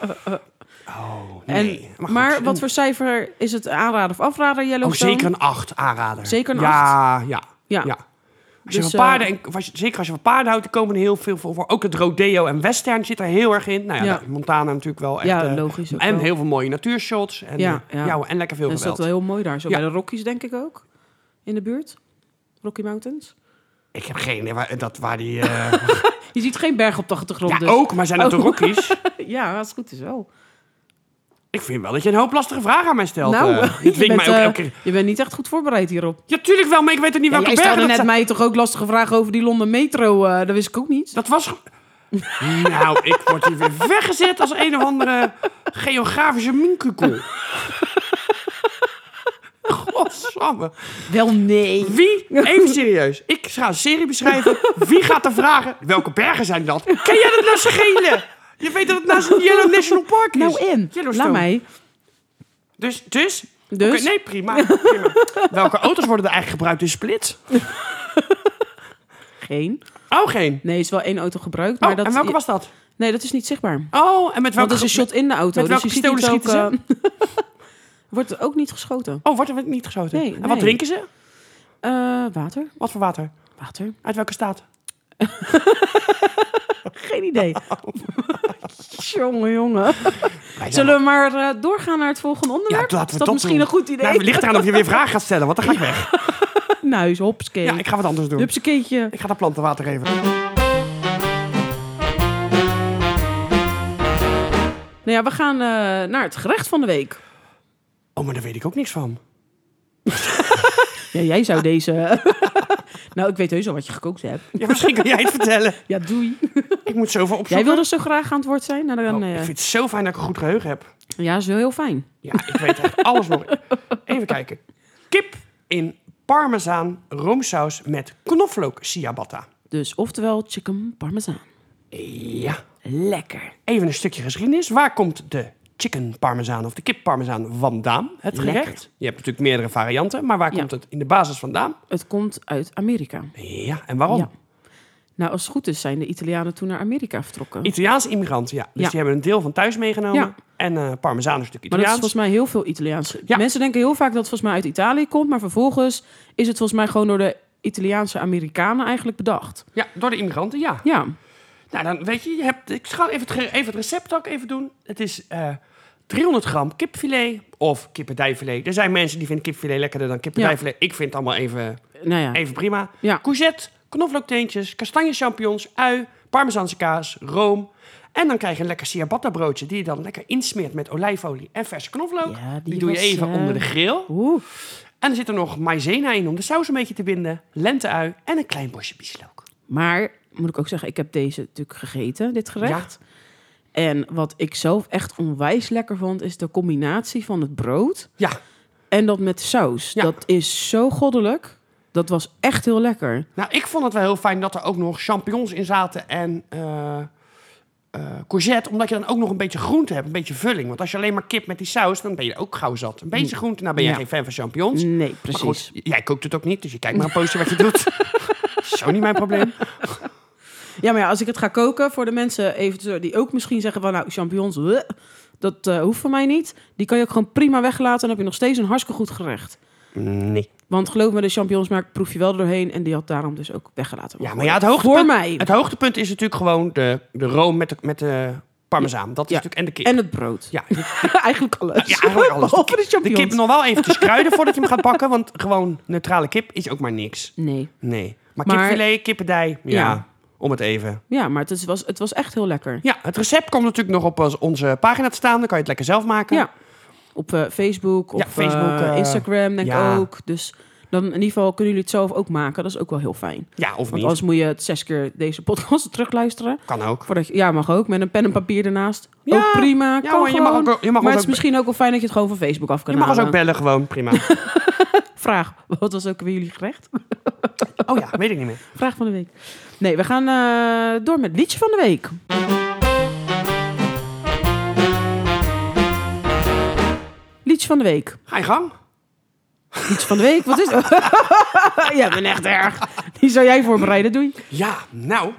S2: Oh, nee.
S1: En,
S2: goed.
S1: maar wat voor cijfer is het aanrader of afrader,
S2: Oh,
S1: Yellowstone?
S2: zeker een 8 aanrader.
S1: Zeker een
S2: ja, Ja, ja.
S1: Ja.
S2: Als je
S1: Dus,
S2: van
S1: eh,
S2: paarden en, als je- zeker als je van paarden houdt, er komen er heel veel voor. voor. Ook het rodeo en western zit er heel erg in. Nou ja,
S1: Ja.
S2: dat- Montana natuurlijk wel echt.
S1: Ja,
S2: eh,
S1: logisch ook
S2: En
S1: wel.
S2: heel veel mooie natuurshots. En,
S1: Ja,
S2: eh,
S1: ja.
S2: ja, en lekker veel
S1: Dat is dat
S2: geweld.
S1: wel heel mooi daar. Zo
S2: Ja.
S1: bij de Rockies denk ik ook. In de buurt. Rocky Mountains.
S2: Ik heb geen idee waar, dat, waar die... eh,
S1: Je ziet geen berg op de achtergrond.
S2: ja,
S1: dus.
S2: ook, maar zijn het
S1: Oh.
S2: de Rockies?
S1: ja, als het goed is wel.
S2: Ik vind wel dat je een hoop lastige vragen aan mij stelt. eh.
S1: nou,
S2: Dit
S1: je
S2: dwingt
S1: bent,
S2: mij ook
S1: eh,
S2: elke keer...
S1: je bent niet echt goed voorbereid hierop.
S2: Ja, tuurlijk wel, maar ik weet ook niet
S1: Ja, jij
S2: welke
S1: stelde
S2: bergen dat
S1: net
S2: zijn.
S1: mij toch ook lastige vragen over die Londen Metro. eh dat wist ik ook niet.
S2: Dat was... ge- nou, ik word hier weer weggezet als een of andere geografische minkukel. Godsamme.
S1: Wel nee.
S2: Wie, even serieus, ik ga een serie beschrijven. Wie gaat er vragen, welke bergen zijn dat? Ken jij dat nou schelen? Je weet dat het naast het Yellow National Park is.
S1: Nou in,
S2: Yellowstone.
S1: laat mij.
S2: Dus, dus?
S1: Dus?
S2: Oké, nee, prima. prima. welke auto's worden er eigenlijk gebruikt in Split?
S1: Geen.
S2: Oh, geen.
S1: Nee, is wel één auto gebruikt. Maar
S2: Oh,
S1: dat,
S2: en welke was dat?
S1: Nee, dat is niet zichtbaar.
S2: Oh, en
S1: Want
S2: met welke...
S1: er is een shot in de auto.
S2: met
S1: dus
S2: welke
S1: je ziet
S2: pistolen
S1: niet ook, eh, Wordt er ook niet geschoten.
S2: Oh, wordt er niet geschoten?
S1: Nee,
S2: en wat
S1: nee.
S2: drinken ze?
S1: Eh, water.
S2: Wat voor water?
S1: Water.
S2: Uit welke staat?
S1: Geen idee. jongen, jongen. Zullen we maar eh, doorgaan naar het volgende onderwerp?
S2: Ja, laten we
S1: is dat
S2: dat
S1: misschien
S2: doen.
S1: een goed idee?
S2: Nou, het ligt eraan of je weer vragen gaat stellen, want dan ga ik weg.
S1: Nou, is hopskee.
S2: Ja, ik ga wat anders doen.
S1: Hupsakeetje.
S2: Ik ga dat plantenwater geven.
S1: Nou ja, we gaan eh, naar het gerecht van de week.
S2: Oh, maar daar weet ik ook niks van.
S1: Ja, jij zou deze... nou, ik weet heus al wat je gekookt hebt.
S2: Ja, misschien kan jij het vertellen.
S1: Ja, doei.
S2: Ik moet zoveel
S1: Jij
S2: opzoeken.
S1: wilde zo graag aan het woord zijn? Nou, dan,
S2: Oh,
S1: eh,
S2: ik vind het zo fijn dat ik een goed geheugen heb.
S1: Ja, is wel heel fijn.
S2: Ja, ik weet echt alles nog. Even kijken. Kip in parmezaan roomsaus met knoflook ciabatta.
S1: Dus oftewel chicken parmezaan.
S2: Ja.
S1: Lekker.
S2: Even een stukje geschiedenis. Waar komt de chicken parmezaan of de kip parmezaan vandaan, het gerecht?
S1: Lekker.
S2: Je hebt natuurlijk meerdere varianten, maar waar
S1: Ja.
S2: komt het in de basis vandaan?
S1: Het komt uit Amerika.
S2: Ja, en waarom?
S1: Ja. Nou, als het goed is, zijn de Italianen toen naar Amerika vertrokken.
S2: Italiaanse immigranten, ja. Dus
S1: Ja.
S2: die hebben een deel van thuis meegenomen.
S1: Ja.
S2: En eh parmezaan is natuurlijk
S1: Maar dat is
S2: Italiaans.
S1: volgens mij heel veel Italiaans.
S2: Ja.
S1: Mensen denken heel vaak dat het volgens mij uit Italië komt, maar vervolgens is het volgens mij gewoon door de Italiaanse Amerikanen eigenlijk bedacht.
S2: Ja, door de immigranten, ja.
S1: Ja,
S2: Nou, dan weet je, je hebt, ik ga even het, ge- even het recept ook even doen. Het is eh, 300 gram kipfilet of kippendijfilet. Er zijn mensen die vinden kipfilet lekkerder dan kippendijfilet. Ik vind het allemaal even,
S1: nou ja.
S2: even prima.
S1: Ja.
S2: Courgette, knoflookteentjes, kastanje champignons, ui, parmezaanse kaas, room. En dan krijg je een lekker ciabatta broodje die je dan lekker insmeert met olijfolie en verse knoflook.
S1: Ja, die
S2: die, doe je
S1: was,
S2: even
S1: eh,
S2: onder de grill.
S1: Oeh,
S2: En er zit er nog maïzena in om de saus een beetje te binden, lente-ui en een klein bosje bieslook.
S1: maar moet ik ook zeggen, ik heb deze natuurlijk gegeten, dit gerecht. En wat ik zelf echt onwijs lekker vond, is de combinatie van het brood
S2: Ja,
S1: en dat met saus.
S2: Ja.
S1: Dat is zo goddelijk. Dat was echt heel lekker.
S2: nou ik vond het wel heel fijn dat er ook nog champignons in zaten en eh, eh, courgette. Omdat je dan ook nog een beetje groente hebt, een beetje vulling. Want als je alleen maar kip met die saus, dan ben je ook gauw zat. Een beetje groente, nou ben jij
S1: Mm. Ja.
S2: geen fan van champignons.
S1: Nee,
S2: Maar
S1: precies.
S2: goed, j- jij kookt het ook niet, dus je kijkt maar een poosje wat je doet. Zo niet mijn probleem.
S1: Ja, maar ja, als ik het ga koken voor de mensen even, die ook misschien zeggen van nou, champignons, bleh, dat eh, hoeft voor mij niet. Die kan je ook gewoon prima weglaten en dan heb je nog steeds een hartstikke goed gerecht.
S2: Nee.
S1: Want geloof me, de champignonsmaak proef je wel er doorheen en die had daarom dus ook weggelaten.
S2: Ja, maar ja, het hoogtepunt,
S1: voor mij.
S2: het hoogtepunt is natuurlijk gewoon de, de room met de, met de parmezaan. Dat is
S1: Ja.
S2: natuurlijk... En de kip.
S1: En het brood.
S2: Ja, je-
S1: eigenlijk alles.
S2: ja, eigenlijk alles.
S1: Behalve de
S2: de kip
S1: champignons.
S2: nog wel eventjes kruiden voordat je hem gaat bakken. Want gewoon neutrale kip is ook maar niks.
S1: Nee.
S2: Nee. Maar,
S1: Maar-
S2: kipfilet, kippendij, ja,
S1: Ja.
S2: om het even.
S1: Ja, maar het is- was, het was echt heel lekker.
S2: Ja, het recept komt natuurlijk nog op ons- onze pagina te staan. Dan kan je het lekker zelf maken.
S1: Ja. Op eh, Facebook, op
S2: Facebook,
S1: eh,
S2: eh,
S1: Instagram denk ik
S2: ja.
S1: ook. Dus dan in ieder geval kunnen jullie het zelf ook maken. Dat is ook wel heel fijn.
S2: Ja, of
S1: Want
S2: niet.
S1: anders moet je het zes keer deze podcast terugluisteren.
S2: Kan ook.
S1: Voordat je, ja, mag ook. Met een pen en papier ernaast.
S2: Ja.
S1: Ook prima.
S2: Ja,
S1: kan
S2: hoor, je mag
S1: gewoon.
S2: ook- je mag
S1: maar
S2: ons
S1: het is
S2: ook-
S1: misschien ook wel fijn dat je het gewoon van Facebook af kan
S2: Je mag ons ook
S1: halen.
S2: bellen gewoon, prima.
S1: Vraag. Wat was ook weer jullie gerecht?
S2: Oh ja, weet ik niet meer.
S1: Vraag van de week. Nee, we gaan eh, door met liedje van de week. Liedje van de week.
S2: Ga je gang.
S1: Liedje van de week. Wat is dat? Jij bent echt erg. Die zou jij voorbereiden, doei.
S2: Ja, nou.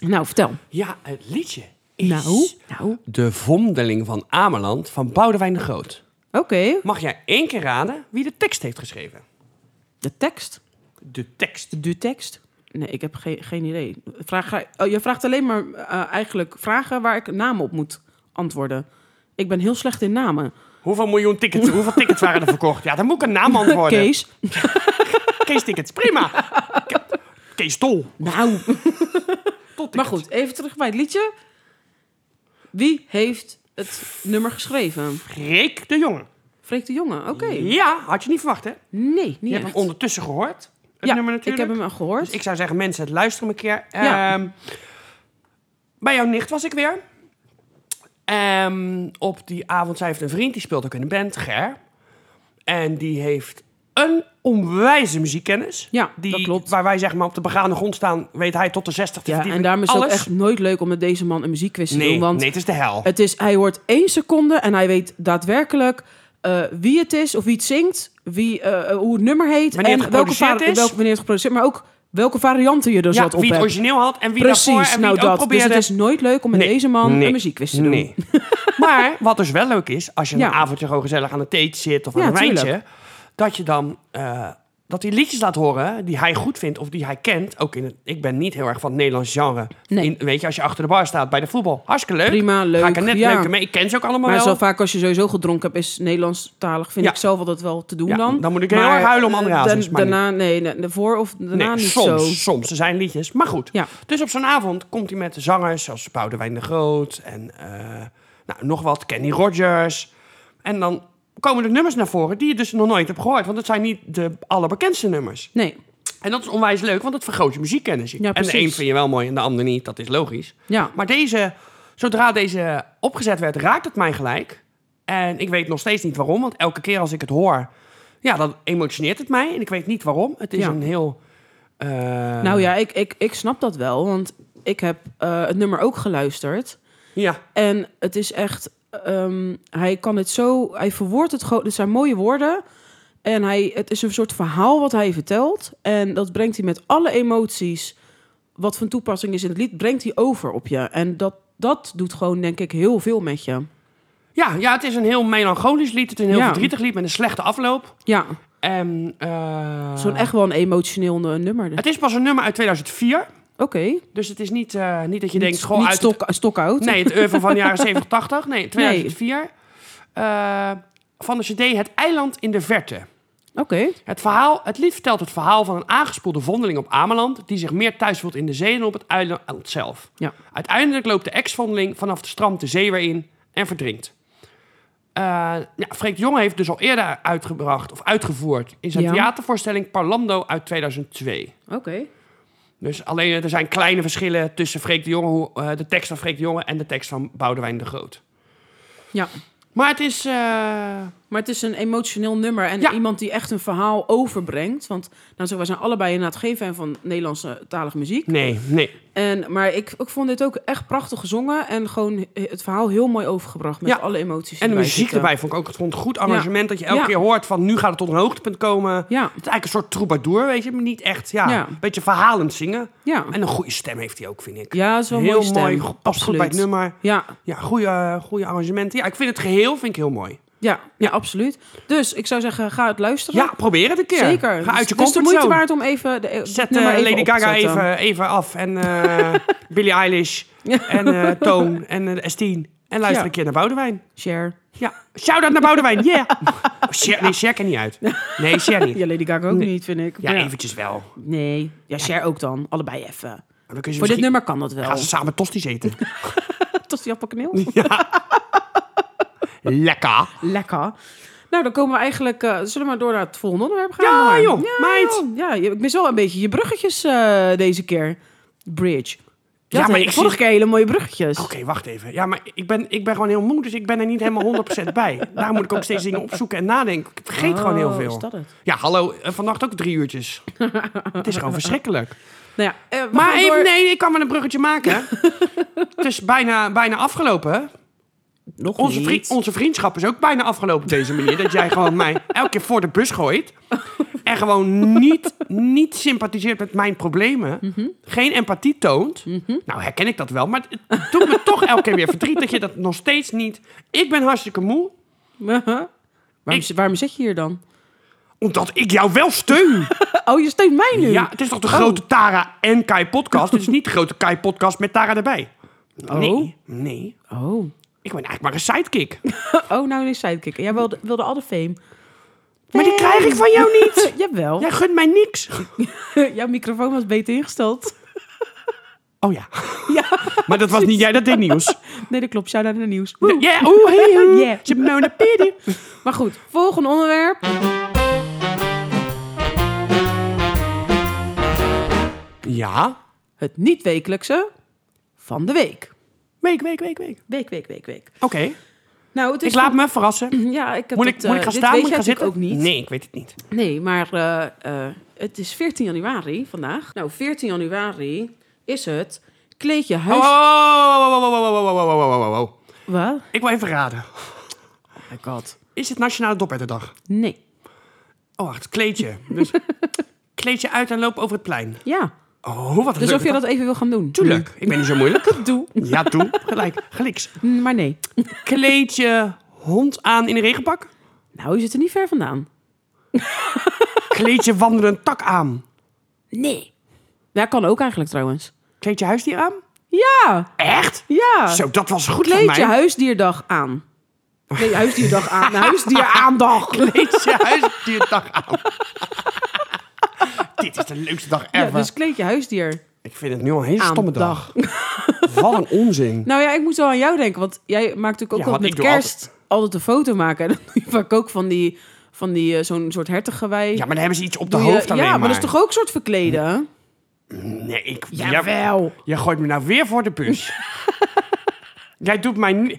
S1: Nou, vertel.
S2: Ja, het liedje is...
S1: Nou, nou.
S2: De Vondeling van Ameland van Boudewijn de Groot.
S1: Oké,
S2: Mag jij één keer raden wie de tekst heeft geschreven?
S1: de tekst.
S2: De tekst.
S1: De tekst? Nee, ik heb geen geen idee. Vraag, oh, je vraagt alleen maar eh, eigenlijk vragen waar ik namen op moet antwoorden. Ik ben heel slecht in namen.
S2: Hoeveel miljoen tickets, hoeveel tickets waren er verkocht? Ja, dan moet ik een naam antwoorden.
S1: Kees?
S2: Kees tickets, prima. Ke- Kees Tol.
S1: Nou,
S2: Tot
S1: maar goed, even terug bij het liedje. Wie heeft het nummer geschreven?
S2: Freek de Jonge.
S1: Freek de Jonge, oké.
S2: Ja, had je niet verwacht, hè? Je
S1: Nee, niet
S2: hebt
S1: echt.
S2: hem ondertussen gehoord. Het
S1: ja,
S2: nummer natuurlijk.
S1: ik heb hem al gehoord.
S2: Dus ik zou zeggen, mensen, het luisteren een keer.
S1: Ja.
S2: Ehm, bij jouw nicht was ik weer. Ehm, op die avond, zij heeft een vriend, die speelt ook in een band, Ger. En die heeft een onwijze muziekkennis.
S1: Ja,
S2: die,
S1: dat klopt.
S2: Waar wij zeg maar op de begane grond staan, weet hij tot de 60 te
S1: Ja, en
S2: verdiepen.
S1: daarom is het ook
S2: Alles.
S1: echt nooit leuk om met deze man een muziekquiz te
S2: Nee,
S1: doen. Want
S2: nee, het is de hel.
S1: Het is, hij hoort één seconde en hij weet daadwerkelijk eh, wie het is of wie het zingt, wie, eh, eh, hoe het nummer heet
S2: Wanneer
S1: en
S2: het geproduceerd
S1: vari-
S2: is.
S1: welke, wanneer het geproduceerd maar ook welke varianten je er
S2: ja,
S1: zat op
S2: wie het
S1: hebt.
S2: origineel had en wie daarvoor en
S1: Precies,
S2: wie
S1: nou
S2: het ook
S1: dat. Dus
S2: probeerde.
S1: het is nooit leuk om met
S2: Nee,
S1: deze man
S2: nee,
S1: een muziekquiz te doen.
S2: Nee. maar wat dus wel leuk is, als je
S1: Ja.
S2: een avondje gewoon gezellig aan het theetje zit of aan
S1: Ja,
S2: een wijntje,
S1: tuurlijk.
S2: dat je dan eh, dat hij liedjes laat horen die hij goed vindt of die hij kent. Ook in het, ik ben niet heel erg van het Nederlands genre.
S1: Nee.
S2: In- weet je, als je achter de bar staat bij de voetbal, hartstikke leuk.
S1: Prima, leuk,
S2: Ga ik er net
S1: ja.
S2: leuke mee. Ik ken ze ook allemaal
S1: Maar
S2: wel.
S1: zo vaak als je sowieso gedronken hebt, is Nederlandstalig, vind
S2: Ja.
S1: ik zelf altijd wel te doen
S2: Ja,
S1: dan.
S2: dan moet ik heel erg huilen om André
S1: eh,
S2: Hazes,
S1: dan-
S2: maar niet.
S1: Daarna, nee, nee, daarvoor of daarna
S2: nee,
S1: niet
S2: soms,
S1: zo.
S2: soms. Er zijn liedjes. Maar goed.
S1: Ja.
S2: Dus op zo'n avond komt hij met zangers zoals Boudewijn de Groot en eh, nou, nog wat, Kenny Rogers. En dan komen er nummers naar voren die je dus nog nooit hebt gehoord. Want het zijn niet de allerbekendste nummers.
S1: Nee,
S2: En dat is onwijs leuk, want het vergroot je muziekkennis.
S1: Ja,
S2: en de
S1: precies.
S2: een vind je wel mooi en de ander niet, dat is logisch.
S1: ja.
S2: Maar deze, zodra deze opgezet werd, raakt het mij gelijk. En ik weet nog steeds niet waarom, want elke keer als ik het hoor, ja, dan emotioneert het mij. En ik weet niet waarom. Het is
S1: Ja.
S2: een heel... eh,
S1: Nou ja, ik, ik, ik snap dat wel, want ik heb eh, het nummer ook geluisterd.
S2: Ja,
S1: En het is echt, ehm, hij kan het zo, hij verwoordt het gewoon, het zijn mooie woorden. En hij, het is een soort verhaal wat hij vertelt. En dat brengt hij met alle emoties, wat van toepassing is in het lied, brengt hij over op je. En dat, dat doet gewoon, denk ik, heel veel met je.
S2: Ja, ja, het is een heel melancholisch lied. Het is een heel
S1: Ja.
S2: verdrietig lied met een slechte afloop.
S1: Ja,
S2: En, eh,
S1: zo'n echt wel een emotioneel eh, nummer. Oké,
S2: Het is pas een nummer uit 2004.
S1: je
S2: Dus het is niet, eh, niet dat je denkt...
S1: niet,
S2: Goh,
S1: niet
S2: uit
S1: stok, stokoud.
S2: het, nee, het oeuvre van de jaren 70, 80. Nee, 2004. Eh, van de cd Het Eiland in de Verte.
S1: Oké,
S2: Het, verhaal, het lied vertelt het verhaal van een aangespoelde vondeling op Ameland... die zich meer thuis voelt in de zee dan op het eiland zelf.
S1: ja.
S2: Uiteindelijk loopt de ex-vondeling vanaf de strand de zee weer in en verdrinkt. Eh ja, Freek de Jonge heeft dus al eerder uitgebracht of uitgevoerd in zijn
S1: Ja.
S2: theatervoorstelling Parlando uit 2002.
S1: Oké.
S2: Dus alleen eh, er zijn kleine verschillen tussen Freek de Jonge, hoe, eh, de tekst van Freek de Jonge en de tekst van Boudewijn de Groot.
S1: Ja.
S2: Maar het is. eh,
S1: Maar het is een emotioneel nummer. En
S2: Ja.
S1: iemand die echt een verhaal overbrengt. Want nou, zo, wij zijn allebei inderdaad geen fan van Nederlandse talige muziek.
S2: nee, nee.
S1: En, maar ik, ik vond dit ook echt prachtig gezongen. En gewoon he- het verhaal heel mooi overgebracht. Met
S2: Ja.
S1: alle emoties
S2: En de
S1: erbij
S2: muziek
S1: zitten.
S2: erbij vond ik ook. Het vond een goed arrangement dat je elke
S1: Ja.
S2: keer hoort van nu gaat het tot een hoogtepunt komen.
S1: Ja,
S2: Het is eigenlijk een soort troubadour, weet je, maar niet echt. Ja,
S1: Ja.
S2: een beetje verhalend zingen.
S1: ja.
S2: En een goede stem heeft hij ook, vind ik.
S1: Ja, dat is wel een
S2: heel
S1: mooie stem.
S2: mooi, go- past goed bij het nummer.
S1: Ja,
S2: Ja, goede, goede arrangementen. Ja, ik vind het geheel vind ik heel mooi.
S1: ja, ja, absoluut. Dus ik zou zeggen, ga het luisteren.
S2: Ja, probeer het een keer.
S1: Zeker.
S2: Ga
S1: Dus-
S2: uit je
S1: dus de moeite
S2: comfortzone.
S1: waard om even de het
S2: Zet
S1: nummer
S2: eh,
S1: even
S2: Lady
S1: op te
S2: Gaga
S1: zetten.
S2: even, even af en eh Billie Eilish
S1: Ja.
S2: en eh Toon en eh, Estine. En luister
S1: Ja.
S2: een keer naar Boudewijn.
S1: Share.
S2: Ja, shout-out naar Boudewijn, yeah! Oh, Cher, nee, Cher kan niet uit. Nee, Cher niet.
S1: Ja, Lady Gaga ook niet, vind ik.
S2: Ja,
S1: Maar
S2: eventjes wel.
S1: Nee. Ja, share ook dan. Allebei even. Voor
S2: Dan kun je
S1: dit
S2: misschien-
S1: nummer Oh. kan dat wel.
S2: gaan ze samen tosti's eten.
S1: Tot die appelkneel.
S2: Lekker.
S1: Lekker. Nou, dan komen we eigenlijk... eh, zullen we maar door naar het volgende onderwerp gaan?
S2: Ja,
S1: maar?
S2: joh, meid.
S1: joh. Ja, je- ik mis wel een beetje je bruggetjes eh, deze keer. Bridge.
S2: Ja,
S1: ja,
S2: maar
S1: maar
S2: ik
S1: vorige
S2: zie-
S1: keer hele mooie bruggetjes.
S2: Oké, wacht even. Ja, maar ik ben, ik ben gewoon heel moe, dus ik ben er niet helemaal 100% bij. Daarom moet ik ook steeds dingen opzoeken en nadenken. Ik vergeet gewoon heel
S1: Oh,
S2: veel.
S1: Is dat het?
S2: Ja, hallo, eh, vannacht ook drie uurtjes. het is gewoon verschrikkelijk.
S1: Nou ja, eh, we
S2: Maar
S1: gaan
S2: even,
S1: door-
S2: nee, ik kan wel een bruggetje maken. het is bijna, bijna afgelopen. hè?
S1: Nog
S2: Onze,
S1: niet.
S2: vri- onze vriendschap is ook bijna afgelopen op deze manier. dat jij gewoon mij elke keer voor de bus gooit. En gewoon niet, niet sympathiseert met mijn problemen.
S1: Mhm.
S2: Geen empathie toont. Nou, herken ik dat wel. Maar het doet me toch elke keer weer verdriet dat je dat nog steeds niet... Ik ben hartstikke moe,
S1: waarom,
S2: Ik-
S1: zit- waarom zit je hier dan?
S2: omdat ik jou wel steun.
S1: Oh, je steunt mij nu?
S2: Ja, het is toch de
S1: Oh.
S2: grote Tara en Kai podcast? Het is niet de grote Kai podcast met Tara erbij.
S1: Oh.
S2: Nee, nee.
S1: Oh,
S2: Ik ben eigenlijk maar een sidekick.
S1: oh nou nee, sidekick. Jij wilde, wilde al de fame.
S2: Maar die krijg ik dus- van jou niet.
S1: Jawel.
S2: Jij gunt mij niks.
S1: Jouw microfoon was beter ingesteld.
S2: Oh ja.
S1: ja,
S2: Maar dat was niet jij, dat deed nieuws.
S1: nee, dat klopt. Shout-out naar de nieuws.
S2: Ja,
S1: Woe.
S2: oeh, hey, hoe.
S1: Yeah.
S2: Simone Piri.
S1: Maar goed, volgende onderwerp.
S2: Ja.
S1: Het niet-wekelijkse van de week.
S2: Week, week, week, week.
S1: Week, week, week, week.
S2: Oké.
S1: Nou, het is...
S2: Ik laat me verrassen.
S1: Ja, ik heb
S2: Moet ik,
S1: het,
S2: moet
S1: eh,
S2: ik gaan
S1: dit
S2: staan?
S1: weet
S2: Moet ik
S1: jij
S2: gaan zitten?
S1: natuurlijk ook niet.
S2: Nee, ik weet het niet.
S1: Nee, maar eh, eh, het is 14 januari vandaag. Nou, 14 januari is het kleed je
S2: Oh,
S1: huis...
S2: oh, oh, oh, oh, oh, oh, oh, oh, oh, oh, oh.
S1: Wat?
S2: Ik wil even raden.
S1: Oh my god.
S2: Is het Nationale Dopetterdag?
S1: Nee.
S2: Oh, wacht. Kleedje. Dus kleed je uit en loop over het plein.
S1: Ja.
S2: Oh, wat
S1: Dus
S2: een leuke
S1: of je
S2: dag.
S1: dat even wil gaan doen?
S2: Tuurlijk. Ik ben niet zo moeilijk.
S1: Dat doe.
S2: Ja, doe. Gelijk. Geliks.
S1: Mm, Maar nee.
S2: Kleed je hond aan in een regenpak?
S1: Nou, je zit er niet ver vandaan.
S2: Kleed je wandelend tak aan?
S1: Nee. Ja, kan ook eigenlijk trouwens.
S2: Kleed je huisdier aan?
S1: Ja.
S2: Echt?
S1: Ja.
S2: Zo, dat was goed van
S1: Kleed
S2: mij.
S1: je huisdierdag aan. Nee, huisdierdag aan. Huisdieraandag.
S2: Kleed je huisdierdag aan. Dit is de leukste dag
S1: Ja,
S2: ever.
S1: dus kleed je huisdier
S2: Ik vind het nu al een hele
S1: aan
S2: stomme dag. Wat een onzin.
S1: Nou ja, ik moet wel aan jou denken. Want jij maakt natuurlijk ook
S2: Ja,
S1: altijd
S2: want
S1: met
S2: ik doe
S1: kerst altijd. een foto maken. En dan doe je vaak ook van die, van die eh, zo'n soort hertengewei.
S2: Ja, maar dan hebben ze iets op de
S1: Doe je-
S2: hoofd alleen
S1: ja,
S2: maar.
S1: maar. dat is toch ook een soort verkleden?
S2: Nee, ik...
S1: Jawel.
S2: Jij gooit me nou weer voor de bus. Jij doet mij niet...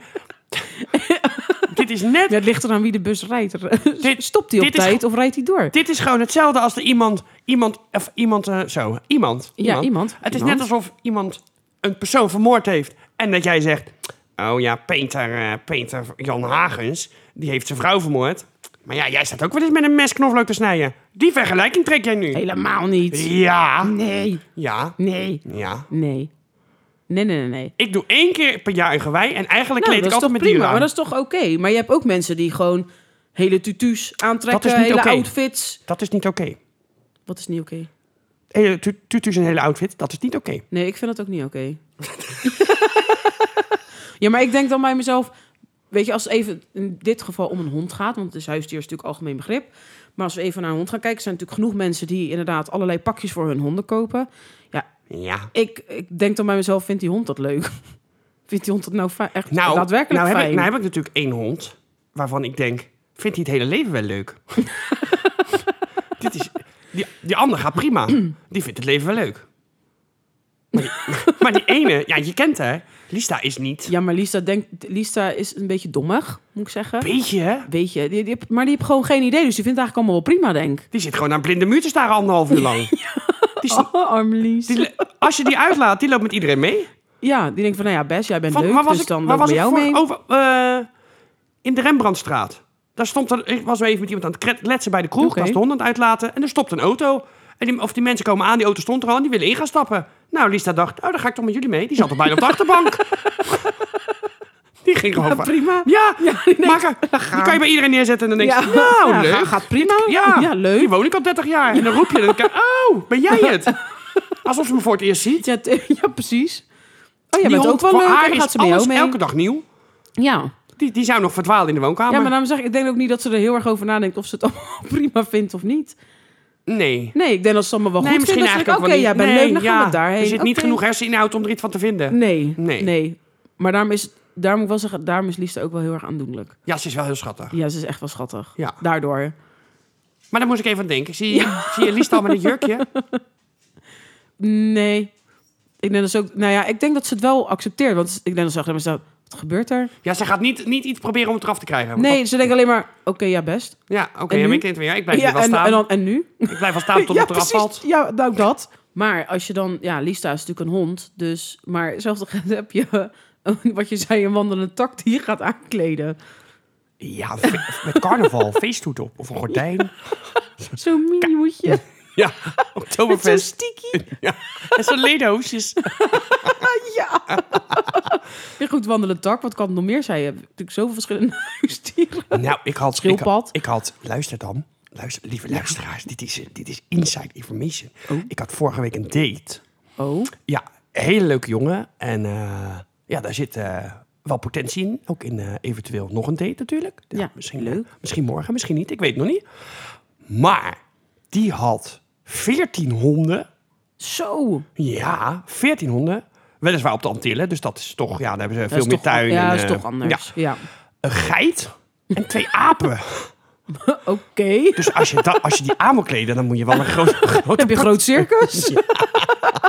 S2: Dit is net
S1: Ja, het ligt eraan wie de bus rijdt.
S2: Dit-
S1: Stopt hij op
S2: dit is
S1: tijd of rijdt hij door?
S2: Dit is gewoon hetzelfde als er iemand, iemand, of iemand, eh, zo, iemand.
S1: Ja, iemand,
S2: Het is
S1: iemand.
S2: net alsof iemand een persoon vermoord heeft en dat jij zegt, oh ja, Peter, eh, Peter Jan Hagens, die heeft zijn vrouw vermoord. Maar ja, jij staat ook wel eens met een mes knoflook te snijden. Die vergelijking trek jij nu.
S1: Helemaal niet.
S2: Ja,
S1: Nee.
S2: ja,
S1: Nee.
S2: ja.
S1: Nee. Nee, nee, nee, nee.
S2: Ik doe één keer per jaar een gewei en eigenlijk
S1: Nou, dat
S2: kleed ik
S1: is toch
S2: altijd met
S1: prima,
S2: dieren
S1: maar
S2: aan.
S1: dat is toch oké? Maar je hebt ook mensen die gewoon hele tutus aantrekken,
S2: Dat is niet
S1: hele
S2: oké.
S1: outfits.
S2: Dat is niet oké.
S1: Wat is niet oké?
S2: Hele tu- Tutu's en hele outfit, dat is niet oké.
S1: Nee, ik vind dat ook niet oké. ja, maar ik denk dan bij mezelf... Weet je, als het even in dit geval om een hond gaat... want het is huisdier is natuurlijk algemeen begrip... maar als we even naar een hond gaan kijken... zijn er natuurlijk genoeg mensen die inderdaad allerlei pakjes voor hun honden kopen. Ja,
S2: Ja.
S1: ik, ik denk dan bij mezelf, vindt die hond dat leuk? vindt die hond dat nou fi- echt
S2: Nou,
S1: daadwerkelijk
S2: nou heb,
S1: fijn?
S2: Ik, nou heb ik natuurlijk één hond waarvan ik denk, vindt hij het hele leven wel leuk? Dit is, die, die ander gaat prima. Die vindt het leven wel leuk. Maar die, maar die ene, ja, je kent haar. Lista is niet.
S1: Ja, maar Lisa, denkt, Lisa is een beetje dommig, moet ik zeggen.
S2: Beetje, hè?
S1: Weet je, die, die, heeft- maar die heeft gewoon geen idee. Dus die vindt het eigenlijk allemaal wel prima, denk ik.
S2: Die zit gewoon aan een blinde muur te staren anderhalf uur lang. Die is-
S1: Oh, arme Lies.
S2: die le- als je die uitlaat, die loopt met iedereen mee.
S1: Ja, die denkt van, nou ja, best, jij bent
S2: Van,
S1: leuk,
S2: waar was
S1: dus
S2: ik,
S1: dan
S2: waar
S1: loop ik
S2: was
S1: bij
S2: ik
S1: jou
S2: vorig-
S1: mee.
S2: over, eh, in de Rembrandtstraat. Daar stond er, ik was even met iemand aan het kret- kletsen bij de kroeg.
S1: Oké.
S2: Ik was de hond aan het uitlaten. En er stopt een auto. En die, of die mensen komen aan, die auto stond er al en die willen in gaan stappen. Nou, Lista dacht, oh, dan ga ik toch met jullie mee. Die zat al bijna op de achterbank. die Die ging gewoon
S1: Ja,
S2: van-
S1: prima.
S2: Ja,
S1: Ja, die denkt,
S2: makker. Die kan je bij iedereen neerzetten en dan denk je, nou,
S1: Ja,
S2: leuk.
S1: gaat- Gaat prima.
S2: Ja,
S1: leuk.
S2: Hier woon ik al 30 jaar. En dan roep je en dan denk ik, oh, ben jij het? Alsof ze me voor het eerst ziet.
S1: Ja, t- ja, precies. Oh, jij
S2: Die
S1: bent
S2: hond,
S1: ook wel
S2: voor
S1: leuk.
S2: haar
S1: en dan
S2: is
S1: gaat ze mee
S2: alles
S1: ook mee.
S2: elke dag nieuw.
S1: Ja.
S2: Die, die zou nog verdwalen in de woonkamer.
S1: ja, maar daarom zeg ik, ik denk ook niet dat ze er heel erg over nadenkt of ze het allemaal prima vindt of niet.
S2: Nee.
S1: Nee, ik denk dat ze het allemaal wel
S2: nee,
S1: goed vindt.
S2: misschien
S1: Dat ze
S2: eigenlijk
S1: denken,
S2: ook
S1: oké,
S2: wel niet.
S1: jij bent
S2: Nee,
S1: leuk, dan gaan
S2: ja,
S1: we daarheen.
S2: Er zit niet
S1: Oké. Mm.
S2: genoeg herseninhoud om er iets van te vinden.
S1: Nee,
S2: Nee.
S1: nee. Maar daarom is, daarom moet ik wel zeggen, daarom is Liefde ook wel heel erg aandoenlijk.
S2: Ja, ze is wel heel schattig.
S1: Ja, ze is echt wel schattig.
S2: Ja.
S1: Daardoor.
S2: Maar daar moest ik even aan denken. Zie, zie je Lies al met een jurkje?
S1: Nee. Ik denk dat ze ook, nou ja, ik denk dat ze het wel accepteert. Want ik denk dat ze echt alleen maar staat, wat gebeurt er?
S2: Ja, ze gaat niet, niet iets proberen om het eraf te krijgen. Want
S1: Nee, ze denkt alleen maar, oké, ja best.
S2: dat- ja, oké.
S1: En
S2: dan
S1: nu?
S2: ben ik denk weer, ja, ik blijf
S1: ja,
S2: hier wel
S1: en,
S2: staan.
S1: en, dan, en nu?
S2: Ik blijf wel staan tot
S1: ja,
S2: het eraf valt.
S1: Ja, nou dat. Maar als je dan, ja, Lista is natuurlijk een hond, dus, maar hetzelfde geldt heb je, wat je zei, een wandelende tak die je gaat aankleden.
S2: Ja, fe- met carnaval, feesthoed op. Of een gordijn.
S1: Zo'n mini-hoedje.
S2: Ja,
S1: Met zo'n
S2: Oktoberfest.
S1: sticky.
S2: Ja. En zo'n dus- ledenhoosjes.
S1: Ja. ja. Goed, wandelende tak, wat kan het nog meer zijn? Je hebt natuurlijk zoveel verschillende huisdieren.
S2: Nou, ik had...
S1: Schildpad.
S2: Ik had, ik had luister dan. Luister, lieve luisteraars, dit is, dit is inside information. Ik had vorige week een date.
S1: Oh,
S2: Ja, een hele leuke jongen. En eh, ja, daar zit eh, wel potentie in. Ook in eh, eventueel nog een date natuurlijk.
S1: Ja,
S2: misschien
S1: leuk.
S2: Misschien morgen, misschien niet. Ik weet het nog niet. Maar die had 14 honden.
S1: zo.
S2: Ja, 14 honden. Weliswaar op de Antillen. Dus dat is toch, ja, daar hebben ze veel
S1: Dat is
S2: meer
S1: toch-
S2: tuin.
S1: Ja,
S2: en,
S1: dat is
S2: eh,
S1: toch anders.
S2: ja,
S1: Ja.
S2: een geit en twee apen.
S1: Oké.
S2: Dus als je, da- als je die aan wil kleden, dan moet je wel een groot... groot...
S1: Heb je een groot circus?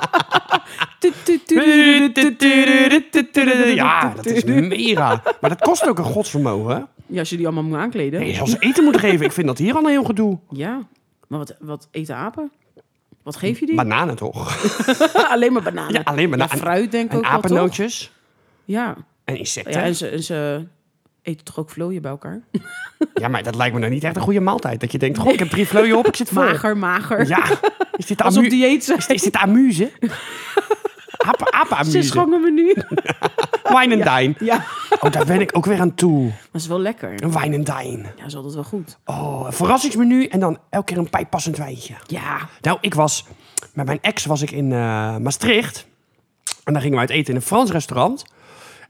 S1: Tu, tu, tu, tu, tu, tu, tu, tu, tu, tu, tu.
S2: Ja, dat is mega. Maar dat kost ook een godsvermogen.
S1: Ja, als je die allemaal moet aankleden.
S2: Nee, als ze eten moeten geven, ik vind dat hier al een heel gedoe.
S1: Ja, maar wat, wat eten apen? Wat geef je die?
S2: Bananen toch?
S1: alleen maar bananen.
S2: Ja, alleen maar
S1: Ja, fruit denk ik
S2: En
S1: ook wel, toch?
S2: apennootjes
S1: Ja.
S2: en
S1: ja, dus-
S2: insecten. Ja,
S1: en ze, en ze eten toch ook vlooien bij elkaar?
S2: maar dat lijkt me nou niet echt een goede maaltijd. Dat je denkt, goh, ik heb drie vlooien op, ik zit vol.
S1: Mager, mager.
S2: Ja, is dit,
S1: Als op
S2: amu-
S1: dieet zijn.
S2: is dit amuse? Apen, apenamuse.
S1: Zes gangen menu.
S2: Wine and dine.
S1: Ja.
S2: Oh, daar ben ik ook weer aan toe.
S1: Maar is wel lekker.
S2: Een wine and dine.
S1: Ja, is altijd wel goed.
S2: Oh, een verrassingsmenu en dan elke keer een bijpassend wijntje.
S1: Ja.
S2: Nou, ik was... Met mijn ex was ik in eh, Maastricht. En daar gingen we uit eten in een Frans restaurant.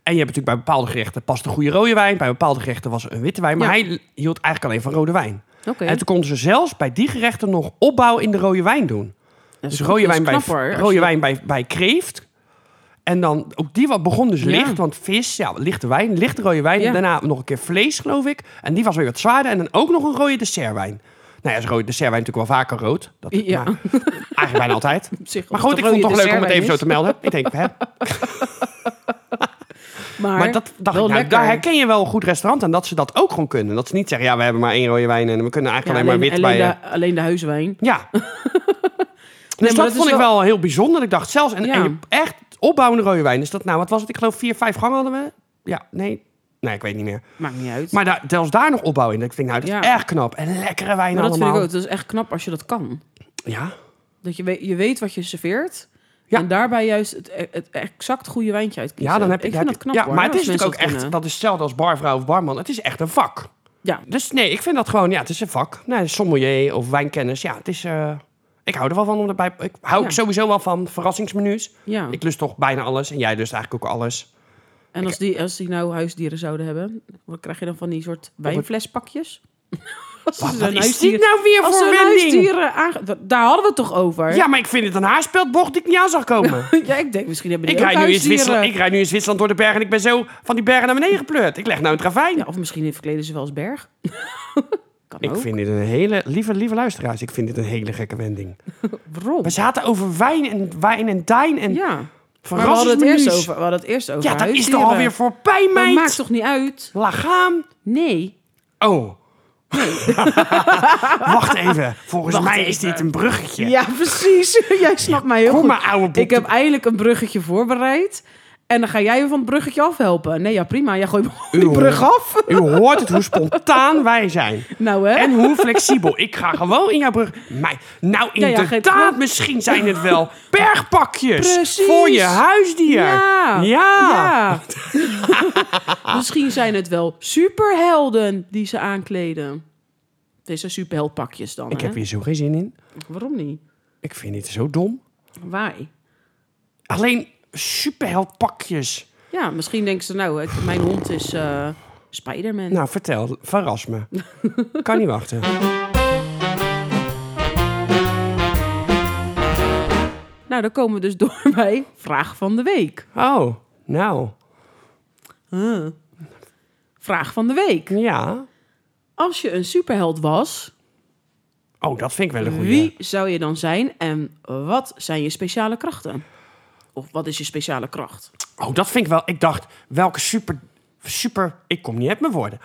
S2: En je hebt natuurlijk bij bepaalde gerechten past een goede rode wijn. Bij bepaalde gerechten was een witte wijn. Maar
S1: Ja.
S2: hij l- hield eigenlijk alleen van rode wijn.
S1: Oké.
S2: En toen konden ze zelfs bij die gerechten nog opbouw in de rode wijn doen.
S1: Dat is
S2: Dus rode
S1: goed, dat
S2: wijn,
S1: is
S2: bij,
S1: knapper, als
S2: rode
S1: je-
S2: wijn bij, bij kreeft. En dan, ook die wat begon dus
S1: Ja.
S2: licht. Want vis, ja, lichte wijn, lichte rode wijn. En
S1: Ja.
S2: daarna nog een keer vlees, geloof ik. En die was weer wat zwaarder. En dan ook nog een rode dessertwijn. Nou ja, is rode dessertwijn natuurlijk wel vaker rood. Dat,
S1: Ja.
S2: maar eigenlijk bijna altijd.
S1: Op zich,
S2: Maar
S1: als
S2: goed, ik
S1: een
S2: vond het
S1: rode
S2: toch leuk om het even zo
S1: dessertwijn
S2: te melden. Ik denk, hè,
S1: is. Maar,
S2: maar dat dacht
S1: wel
S2: ik, nou,
S1: lekker.
S2: daar herken je wel een goed restaurant aan dat ze dat ook gewoon kunnen. Dat ze niet zeggen, ja, we hebben maar één rode wijn en we kunnen
S1: Ja,
S2: eigenlijk
S1: alleen,
S2: alleen, maar wit bij. eh,
S1: alleen, de, alleen de huiswijn.
S2: Ja. dus dat,
S1: dat is
S2: vond ik
S1: wel-
S2: wel heel bijzonder. Ik dacht zelfs, en,
S1: Ja.
S2: en je- echt opbouwende rode wijn. Is dat nou, wat was het? Ik geloof vier, vijf gangen hadden we. Ja, nee. Nee, ik weet niet meer.
S1: Maakt niet uit.
S2: Maar daar, zelfs daar nog opbouw in. Ik denk, nou, dat is
S1: Ja.
S2: echt knap. En lekkere wijn
S1: Maar dat
S2: allemaal.
S1: vind ik ook. Dat is echt knap als je dat kan.
S2: Ja.
S1: Dat je weet, je weet wat je serveert.
S2: Ja.
S1: En daarbij juist het, e-, het exact goede wijntje uitkiezen.
S2: Ja, dan heb je...
S1: ik
S2: dan
S1: vind
S2: heb
S1: dat
S2: je-
S1: knap
S2: ja,
S1: hoor,
S2: maar het
S1: als
S2: is natuurlijk ook
S1: mensen
S2: echt...
S1: dat
S2: Dat is hetzelfde als barvrouw of barman. Het is echt een vak.
S1: kunnen. Ja,
S2: Dus nee, ik vind dat gewoon... Ja, het is een vak. Nee, sommelier of wijnkennis. Ja, het is... eh, ik hou er wel van om erbij... Ik hou
S1: Ja.
S2: sowieso wel van verrassingsmenu's.
S1: ja.
S2: Ik lust toch bijna alles. En jij lust eigenlijk ook alles.
S1: en als die, als die nou huisdieren zouden hebben, wat krijg je dan van die soort wijnflespakjes? als
S2: Wat,
S1: ze
S2: wat
S1: zo'n
S2: is
S1: huisdier-
S2: dit nou weer
S1: als
S2: voor
S1: ze hun
S2: wending?
S1: huisdieren aange- da- Daar hadden we het toch over?
S2: Ja, maar ik vind het een haarspeldbocht die ik niet aan zag komen.
S1: Ja, ik denk misschien hebben die
S2: ik,
S1: ook
S2: rijd nu in
S1: huisdieren.
S2: Zwitserland, ik rijd nu in Zwitserland door de bergen en ik ben zo van die bergen naar beneden gepleurd. Ik leg nou een ravijn.
S1: Ja, of misschien verkleden ze wel als berg. kan
S2: ik
S1: ook.
S2: vind dit een hele... Lieve, lieve luisteraars, ik vind dit een hele gekke wending.
S1: Waarom?
S2: We zaten over wijn en wijn en dijn en
S1: Ja. Maar we hadden het
S2: verrassingsmenu's.
S1: eerst over, we hadden het eerst over
S2: Ja, dat is
S1: huisdieren.
S2: toch alweer voorbij,
S1: Maar
S2: meid?
S1: maakt toch niet uit?
S2: Lagaam.
S1: Nee.
S2: Oh. Wacht even. Volgens
S1: Wacht
S2: mij is
S1: even.
S2: dit een bruggetje.
S1: Ja, precies. Jij snapt mij heel
S2: Kom
S1: goed.
S2: maar, ouwe boek.
S1: Ik heb eindelijk een bruggetje voorbereid. En dan ga jij je van het bruggetje afhelpen. Nee, ja, prima. Jij gooit me gewoon die
S2: Uw.
S1: brug af.
S2: U hoort het hoe spontaan wij zijn.
S1: Nou, hè?
S2: En hoe flexibel. Ik ga gewoon in jouw brug. Maar, nou,
S1: Ja, ja,
S2: inderdaad,
S1: geef-
S2: misschien zijn het wel bergpakjes
S1: Precies.
S2: voor je huisdier.
S1: Ja.
S2: ja.
S1: Ja. Misschien zijn het wel superhelden die ze aankleden. Deze superheldpakjes dan.
S2: Ik
S1: hè?
S2: heb hier zo geen zin in.
S1: Waarom niet?
S2: Ik vind dit zo dom.
S1: Why?
S2: Alleen superheldpakjes.
S1: Ja, misschien denken ze nou, het- mijn hond is eh Spider-Man.
S2: Nou, vertel, verras me. kan niet wachten.
S1: Nou, dan komen we dus door bij vraag van de week.
S2: Oh, nou,
S1: Huh. Vraag van de week.
S2: ja.
S1: Als je een superheld was,
S2: Oh, dat vind ik wel een goede.
S1: wie zou je dan zijn en wat zijn je speciale krachten? Of wat is je speciale kracht?
S2: Oh, dat vind ik wel. Ik dacht, welke super. Super. Ik kom niet uit mijn woorden.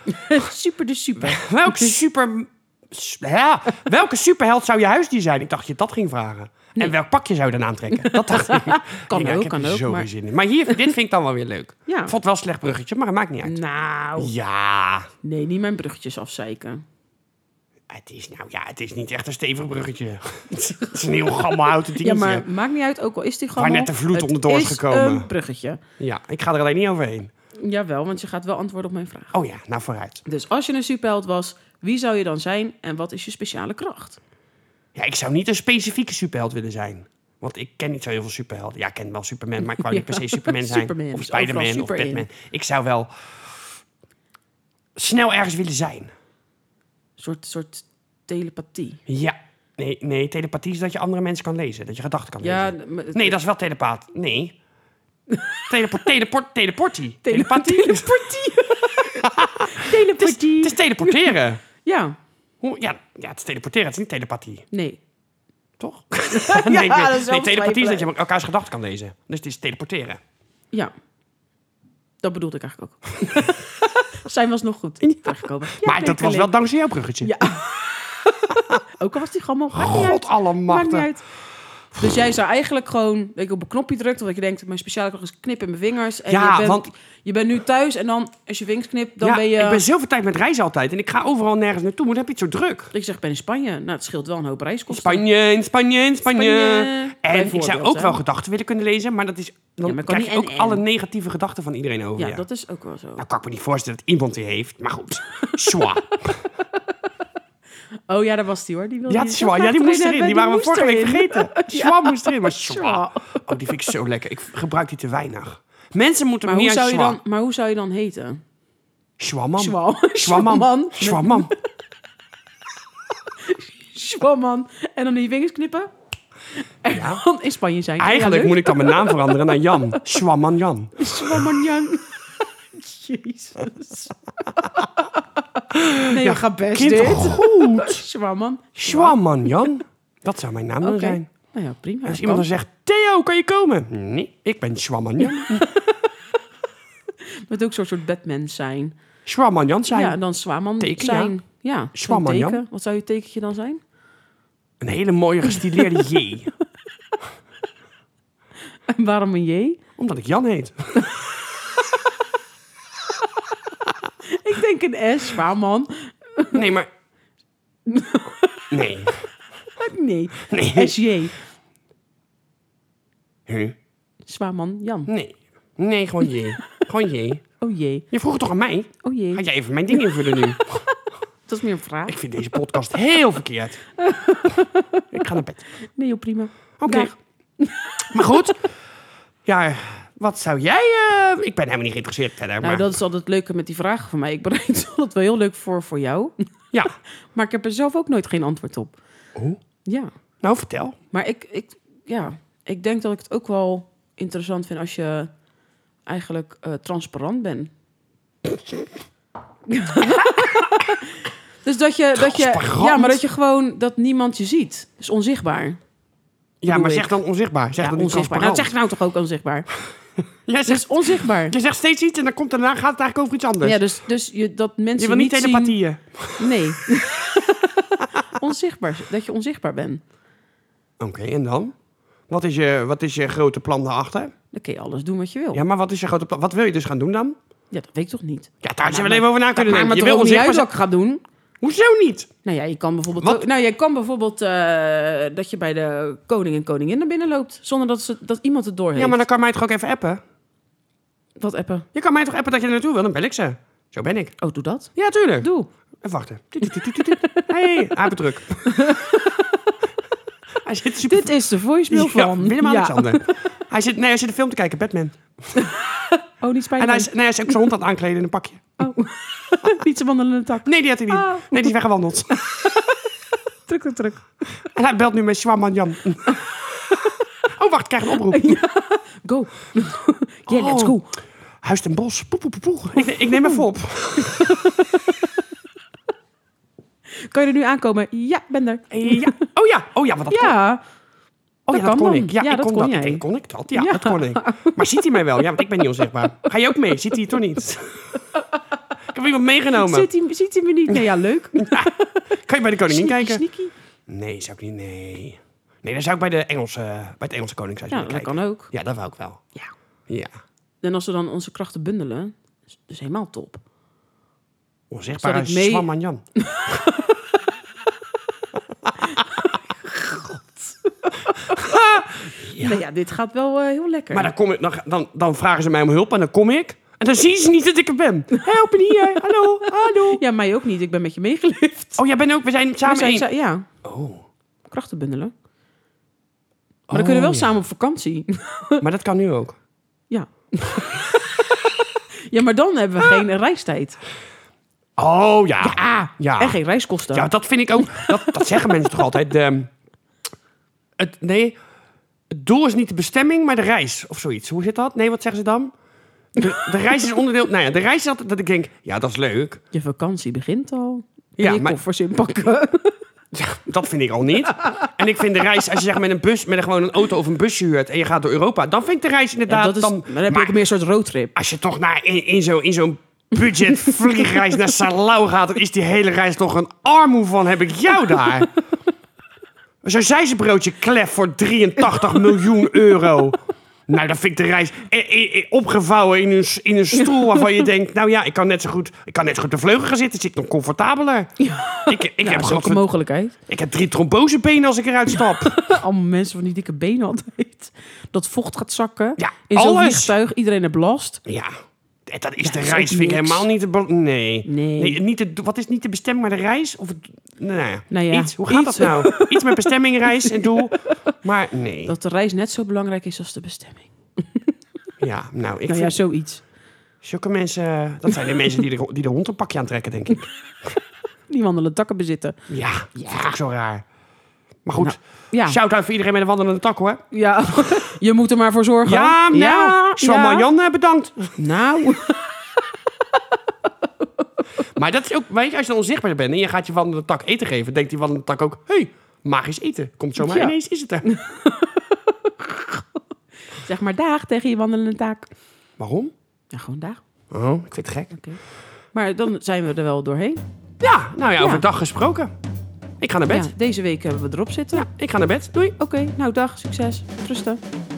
S1: super de super.
S2: Welke super. s- Ja, welke superheld zou je huisdier zijn? Ik dacht je dat ging vragen. En welk pakje zou je dan aantrekken? Dat dacht ik.
S1: Kan
S2: ik,
S1: ook,
S2: ik heb
S1: kan
S2: er
S1: ook,
S2: Zo
S1: maar-
S2: geen zin in. Maar hier, dit vind ik dan wel weer leuk.
S1: Ja.
S2: Ik vond het wel een slecht bruggetje, maar het maakt niet uit.
S1: Nou,
S2: Ja,
S1: nee, niet mijn bruggetjes afzeiken.
S2: het is nou ja, het is niet echt een stevig bruggetje. het is een heel gammel houten
S1: Ja,
S2: dingetje.
S1: maar maakt niet uit, ook al is die gewoon.
S2: net de vloed onderdoor is
S1: is
S2: gekomen.
S1: Een bruggetje.
S2: Ja, ik ga er alleen niet overheen.
S1: Jawel, want je gaat wel antwoorden op mijn vraag.
S2: Oh ja, nou vooruit.
S1: Dus als je een superheld was, wie zou je dan zijn en wat is je speciale kracht?
S2: Ja, ik zou niet een specifieke superheld willen zijn. Want ik ken niet zo heel veel superhelden. Ja, ik ken wel Superman, maar ik wou niet per se Superman zijn.
S1: Superman
S2: of
S1: is overal
S2: Spider-Man of
S1: super in.
S2: Batman. Ik zou wel snel ergens willen zijn.
S1: Een soort, soort telepathie.
S2: Ja. Nee, nee, telepathie is dat je andere mensen kan lezen. Dat je gedachten kan
S1: Ja,
S2: lezen.
S1: maar het-
S2: Nee, dat is wel telepaat. Nee. Teleport, teleport, teleportie.
S1: Tele-
S2: Telepathie. Het
S1: Telepathie.
S2: is, het is
S1: telepathie.
S2: teleporteren.
S1: Ja,
S2: Hoe- Ja, ja, het is teleporteren. Het is niet telepathie.
S1: nee.
S2: Toch? nee, ik weet-
S1: dat is wel
S2: nee, telepathie is dat je
S1: twijfelen.
S2: elkaars gedachten kan lezen. Dus het is teleporteren.
S1: Ja. Dat bedoelde ik eigenlijk ook. Zijn was nog goed. Teruggekomen. Ja,
S2: maar dat was wel
S1: leuk.
S2: dankzij jouw bruggetje.
S1: Ja. Ook al was die gammel. Maakt niet uit. Maakt niet
S2: Godallemachtig.
S1: uit. Dus jij zou eigenlijk gewoon weet je, op een knopje drukt, omdat je denkt, mijn speciale kracht is knip in mijn vingers. En
S2: Ja,
S1: je bent,
S2: want-
S1: je bent nu thuis en dan, als je vingers knipt, dan
S2: ja,
S1: ben je...
S2: Ik ben zoveel tijd met reizen altijd en ik ga overal nergens naartoe. Maar dan heb je het zo druk.
S1: Ik zeg, ik ben in Spanje. Nou, het scheelt wel een hoop reiskosten.
S2: Spanje, in Spanje, in Spanje.
S1: Spanje.
S2: En ik zou
S1: Bijvoorbeeld,
S2: ook
S1: hè?
S2: wel gedachten willen kunnen lezen, maar dat is, dan
S1: Ja, maar kan
S2: krijg je
S1: niet
S2: ook
S1: en- en.
S2: alle negatieve gedachten van iedereen over.
S1: Ja,
S2: oh Ja,
S1: dat is ook wel zo.
S2: Nou kan ik me niet voorstellen dat iemand die heeft, maar goed. Schwa.
S1: Oh ja, daar was die hoor. Die wilde
S2: Ja,
S1: die- dat
S2: schwa. Ja, die
S1: graag
S2: moest
S1: erin
S2: erin.
S1: hebben,
S2: Die waren we
S1: moest
S2: vorige week
S1: erin.
S2: vergeten. Schwa moest erin, maar
S1: Schwa.
S2: schwa. Oh, die vind ik zo lekker. Ik gebruik die te weinig. Mensen moeten
S1: Maar hoe,
S2: meer
S1: zou je
S2: schwa.
S1: dan, maar hoe zou je dan heten?
S2: Schwamam.
S1: Schwa.
S2: Schwamam.
S1: Schwamman.
S2: Schwamam.
S1: Schwamman. En dan die vingers knippen. En dan in Spanje zijn.
S2: Eigenlijk moet ik dan mijn naam veranderen naar Jan. Schwamman Jan.
S1: Schwammanjan. Jezus. Nee, ja, gaat best
S2: Kind,
S1: dit.
S2: goed.
S1: Schwamman.
S2: Schwamman Jan. Dat zou mijn naam dan
S1: Oké.
S2: zijn.
S1: Nou ja, prima.
S2: Als iemand dan zegt, Theo, kan je komen? Nee, ik ben Schwamman Jan.
S1: Met ook zo'n soort Batman zijn.
S2: Schwamman Jan zijn.
S1: Ja, en dan Zwaman
S2: Teken,
S1: zijn. Ja, zo'n
S2: Schwamman, Jan.
S1: teken. Wat zou je tekentje dan zijn?
S2: Een hele mooie gestileerde J.
S1: En waarom een J?
S2: Omdat ik Jan heet.
S1: Ik denk een S, Zwaman.
S2: Nee, maar... Nee.
S1: Nee,
S2: Nee.
S1: SJ.
S2: Huh?
S1: Zwaman Jan.
S2: Nee. Nee, gewoon J. Gewoon J.
S1: Oh jee,
S2: Je vroeg het toch aan mij?
S1: oh jee.
S2: Had jij even mijn ding invullen nu?
S1: Dat is meer een vraag.
S2: Ik vind deze podcast heel verkeerd. Ik ga naar bed.
S1: Nee, joh, prima.
S2: Oké.
S1: Dag.
S2: Maar goed. Ja, wat zou jij... eh, ik ben helemaal niet geïnteresseerd verder.
S1: Nou,
S2: maar,
S1: dat is altijd het leuke met die vragen van mij. Ik bereid ze altijd wel heel leuk voor voor jou.
S2: Ja.
S1: Maar ik heb er zelf ook nooit geen antwoord op.
S2: Oh.
S1: Ja.
S2: Nou, vertel.
S1: Maar ik, ik, ja, ik denk dat ik het ook wel interessant vind als je eigenlijk eh, transparant bent. dus dat je, dat je,
S2: Transparant?
S1: ja, maar dat je gewoon, dat niemand je ziet. Dat is onzichtbaar.
S2: Ja, maar
S1: ik.
S2: zeg dan onzichtbaar. Zeg
S1: ja,
S2: dan niet
S1: onzichtbaar. Nou, dat zeg ik nou toch
S2: transparant.
S1: ook onzichtbaar.
S2: Jij
S1: Dus
S2: zegt,
S1: onzichtbaar.
S2: je zegt steeds iets en dan komt daarna gaat het eigenlijk over iets anders.
S1: Ja, dus, dus je, dat mensen
S2: je wil niet
S1: niet zien-
S2: telepathieën.
S1: Nee. onzichtbaar. Dat je onzichtbaar bent.
S2: Oké, en dan? Wat is, je, wat is je grote plan daarachter?
S1: Dan kun je alles doen wat je wil. Ja,
S2: Ja, maar wat is je grote plan? Wat wil je dus gaan doen dan?
S1: dat weet ik toch niet.
S2: Ja, daar
S1: Nou,
S2: zijn we
S1: maar-
S2: even over na
S1: Dat
S2: kunnen
S1: maakt me toch
S2: denken. Je wil
S1: ook niet uit
S2: onzichtbaar zijn.
S1: wat ik ga doen.
S2: Hoezo niet?
S1: Nou ja, je kan bijvoorbeeld,
S2: Wat?
S1: ook- nou, je kan bijvoorbeeld eh, dat je bij de koning en koningin naar binnen loopt. Zonder dat, ze, dat iemand het doorheeft.
S2: Ja, maar dan kan mij toch ook even appen?
S1: Wat appen?
S2: Je kan mij toch appen dat je er naartoe wil? Dan bel ik ze. Zo ben ik.
S1: Oh, doe dat.
S2: Ja, tuurlijk.
S1: Doe.
S2: Even wachten. Tuut, tuut, tuut, tuut, tuut. Hey, apendruk. Hij zit super...
S1: Dit is de voicemail
S2: Ja,
S1: van...
S2: Willem-Alexander. Hij zit, nee, hij zit een film te kijken, Batman.
S1: Oh, niet
S2: En
S1: spijtig.
S2: hij is, nee, hij is ook zijn hond aan het aankleden in een pakje.
S1: niet zijn wandelende tak.
S2: Nee, die had hij niet.
S1: Oh.
S2: Nee, die is weggewandeld.
S1: Druk, druk, druk.
S2: En hij belt nu met Swaman Jan. Oh, wacht, ik krijg een oproep.
S1: Go. yeah, let's go.
S2: Huis ten Bos. Poe, poe, poe, poe. Ik, ne- ik neem even op.
S1: Kan je er nu aankomen? Ja, ben er.
S2: Ja. Oh ja, oh ja, wat dat kon.
S1: Ja.
S2: Oh
S1: dat
S2: ja, dat
S1: kan
S2: kon
S1: dan.
S2: ik. Ja,
S1: Ja,
S2: ik
S1: dat
S2: kon
S1: kon
S2: dat.
S1: jij.
S2: Ik denk, kon ik dat? Ja,
S1: Ja.
S2: dat kon ik. Maar ziet hij mij wel? Ja, want ik ben niet onzichtbaar. Ga je ook mee? Ziet hij het toch niet? Ik heb iemand meegenomen.
S1: Ziet hij, ziet hij me niet? Nee, ja, leuk.
S2: Kan je bij de koningin
S1: Sneaky,
S2: kijken?
S1: sneaky.
S2: Nee, zou ik niet. Nee. Nee, dan zou ik bij, de Engelse, bij het Engelse koningshuis
S1: Ja,
S2: willen
S1: dat
S2: kijken.
S1: kan ook.
S2: Ja, dat wou ik wel.
S1: Ja.
S2: Ja.
S1: En als we dan onze krachten bundelen, is is helemaal top.
S2: Onzichtbaar
S1: Zat ik
S2: als
S1: mee-
S2: Swaman Jan.
S1: Ja. Nou ja, dit gaat wel eh, heel lekker.
S2: Maar dan, kom ik, dan, dan, dan vragen ze mij om hulp en dan kom ik. En dan zien ze niet dat ik er ben. Help me hier. Hallo, hallo.
S1: Ja, mij ook niet. Ik ben met je meegeleefd.
S2: Oh, jij bent ook... We zijn
S1: We
S2: samen
S1: zijn
S2: één.
S1: sa- ja,
S2: Oh.
S1: krachten bundelen. Maar dan kunnen we wel
S2: ja.
S1: samen op vakantie.
S2: Maar dat kan nu ook.
S1: ja. ja, maar dan hebben we geen reistijd.
S2: Oh, ja.
S1: Ah,
S2: Ja.
S1: En geen reiskosten.
S2: Ja, dat vind ik ook... Dat, dat zeggen mensen toch altijd. De, het, nee, het doel is niet de bestemming, maar de reis. Of zoiets. Hoe zit dat? Nee, wat zeggen ze dan? De, de reis is onderdeel... Nou ja, de reis is altijd dat ik denk... Ja, dat is leuk.
S1: Je vakantie begint al.
S2: Ja,
S1: Ja, je
S2: maar-
S1: koffers inpakken.
S2: Dat vind ik al niet. En ik vind de reis, als je zegt met een bus, met een, gewoon een auto of een busje huurt en je gaat door Europa, dan vind ik de reis inderdaad.
S1: Ja, dat is,
S2: dan,
S1: dan heb je
S2: maar
S1: ook meer een soort roadtrip.
S2: als je toch naar, in, in zo'n in zo'n budget vliegreis naar Salau gaat, dan is die hele reis toch een armoe van heb ik jou daar. Zo'n zijzenbroodje klef voor 83 miljoen euro. Nou, dan vind ik de reis eh, eh, eh, opgevouwen in een, s- in een stoel waarvan je denkt... nou ja, ik kan net zo goed, ik kan net zo goed op de vleugel gaan zitten. Zit ik nog comfortabeler. Ik, ik,
S1: Ja, Nou,
S2: heb
S1: dat is
S2: gewoon
S1: ook een mogelijkheid.
S2: ik heb drie trombosebenen als ik eruit stap.
S1: Allemaal mensen van die dikke benen altijd. Dat vocht gaat zakken.
S2: Ja,
S1: In zo'n
S2: alles.
S1: vliegtuig, iedereen heeft last.
S2: ja, dat is de
S1: dat is
S2: reis.
S1: ook
S2: Vind ik
S1: niks.
S2: helemaal niet de... be- Nee.
S1: Nee.
S2: niet de, wat is niet de bestemming, maar de reis? Of het, nou ja,
S1: Nou ja,
S2: iets. Hoe gaat
S1: iets.
S2: dat nou? Iets met bestemming, reis en doel. Maar nee.
S1: Dat de reis net zo belangrijk is als de bestemming.
S2: Ja,
S1: nou
S2: nou, ik
S1: ja,
S2: vind...
S1: zoiets.
S2: Zulke mensen... Dat zijn de mensen die de, die de hond een pakje aantrekken, denk ik.
S1: Die wandelende takken bezitten.
S2: Ja, dat vind ik zo raar. Maar goed,
S1: Nou, Ja,
S2: shout-out voor iedereen met een wandelende tak, hoor.
S1: ja. je moet er maar voor zorgen.
S2: Ja, nou, ja,
S1: ja.
S2: Jan, eh, bedankt.
S1: Nou,
S2: Maar dat is ook, weet je, als je onzichtbaar bent en je gaat je wandelende tak eten geven, denkt die wandelende tak ook, hé, hey, magisch eten. Komt zomaar
S1: Ja.
S2: ineens, is het er.
S1: zeg maar daag tegen je wandelende taak.
S2: Waarom?
S1: Ja, gewoon daag.
S2: Oh, ik vind het gek.
S1: Maar dan zijn we er wel doorheen.
S2: Ja, nou ja,
S1: Ja.
S2: overdag gesproken. Ik ga naar bed.
S1: Ja, deze week hebben we erop zitten.
S2: Ja, ik ga naar bed. Doei.
S1: Oké, nou dag, succes, rusten.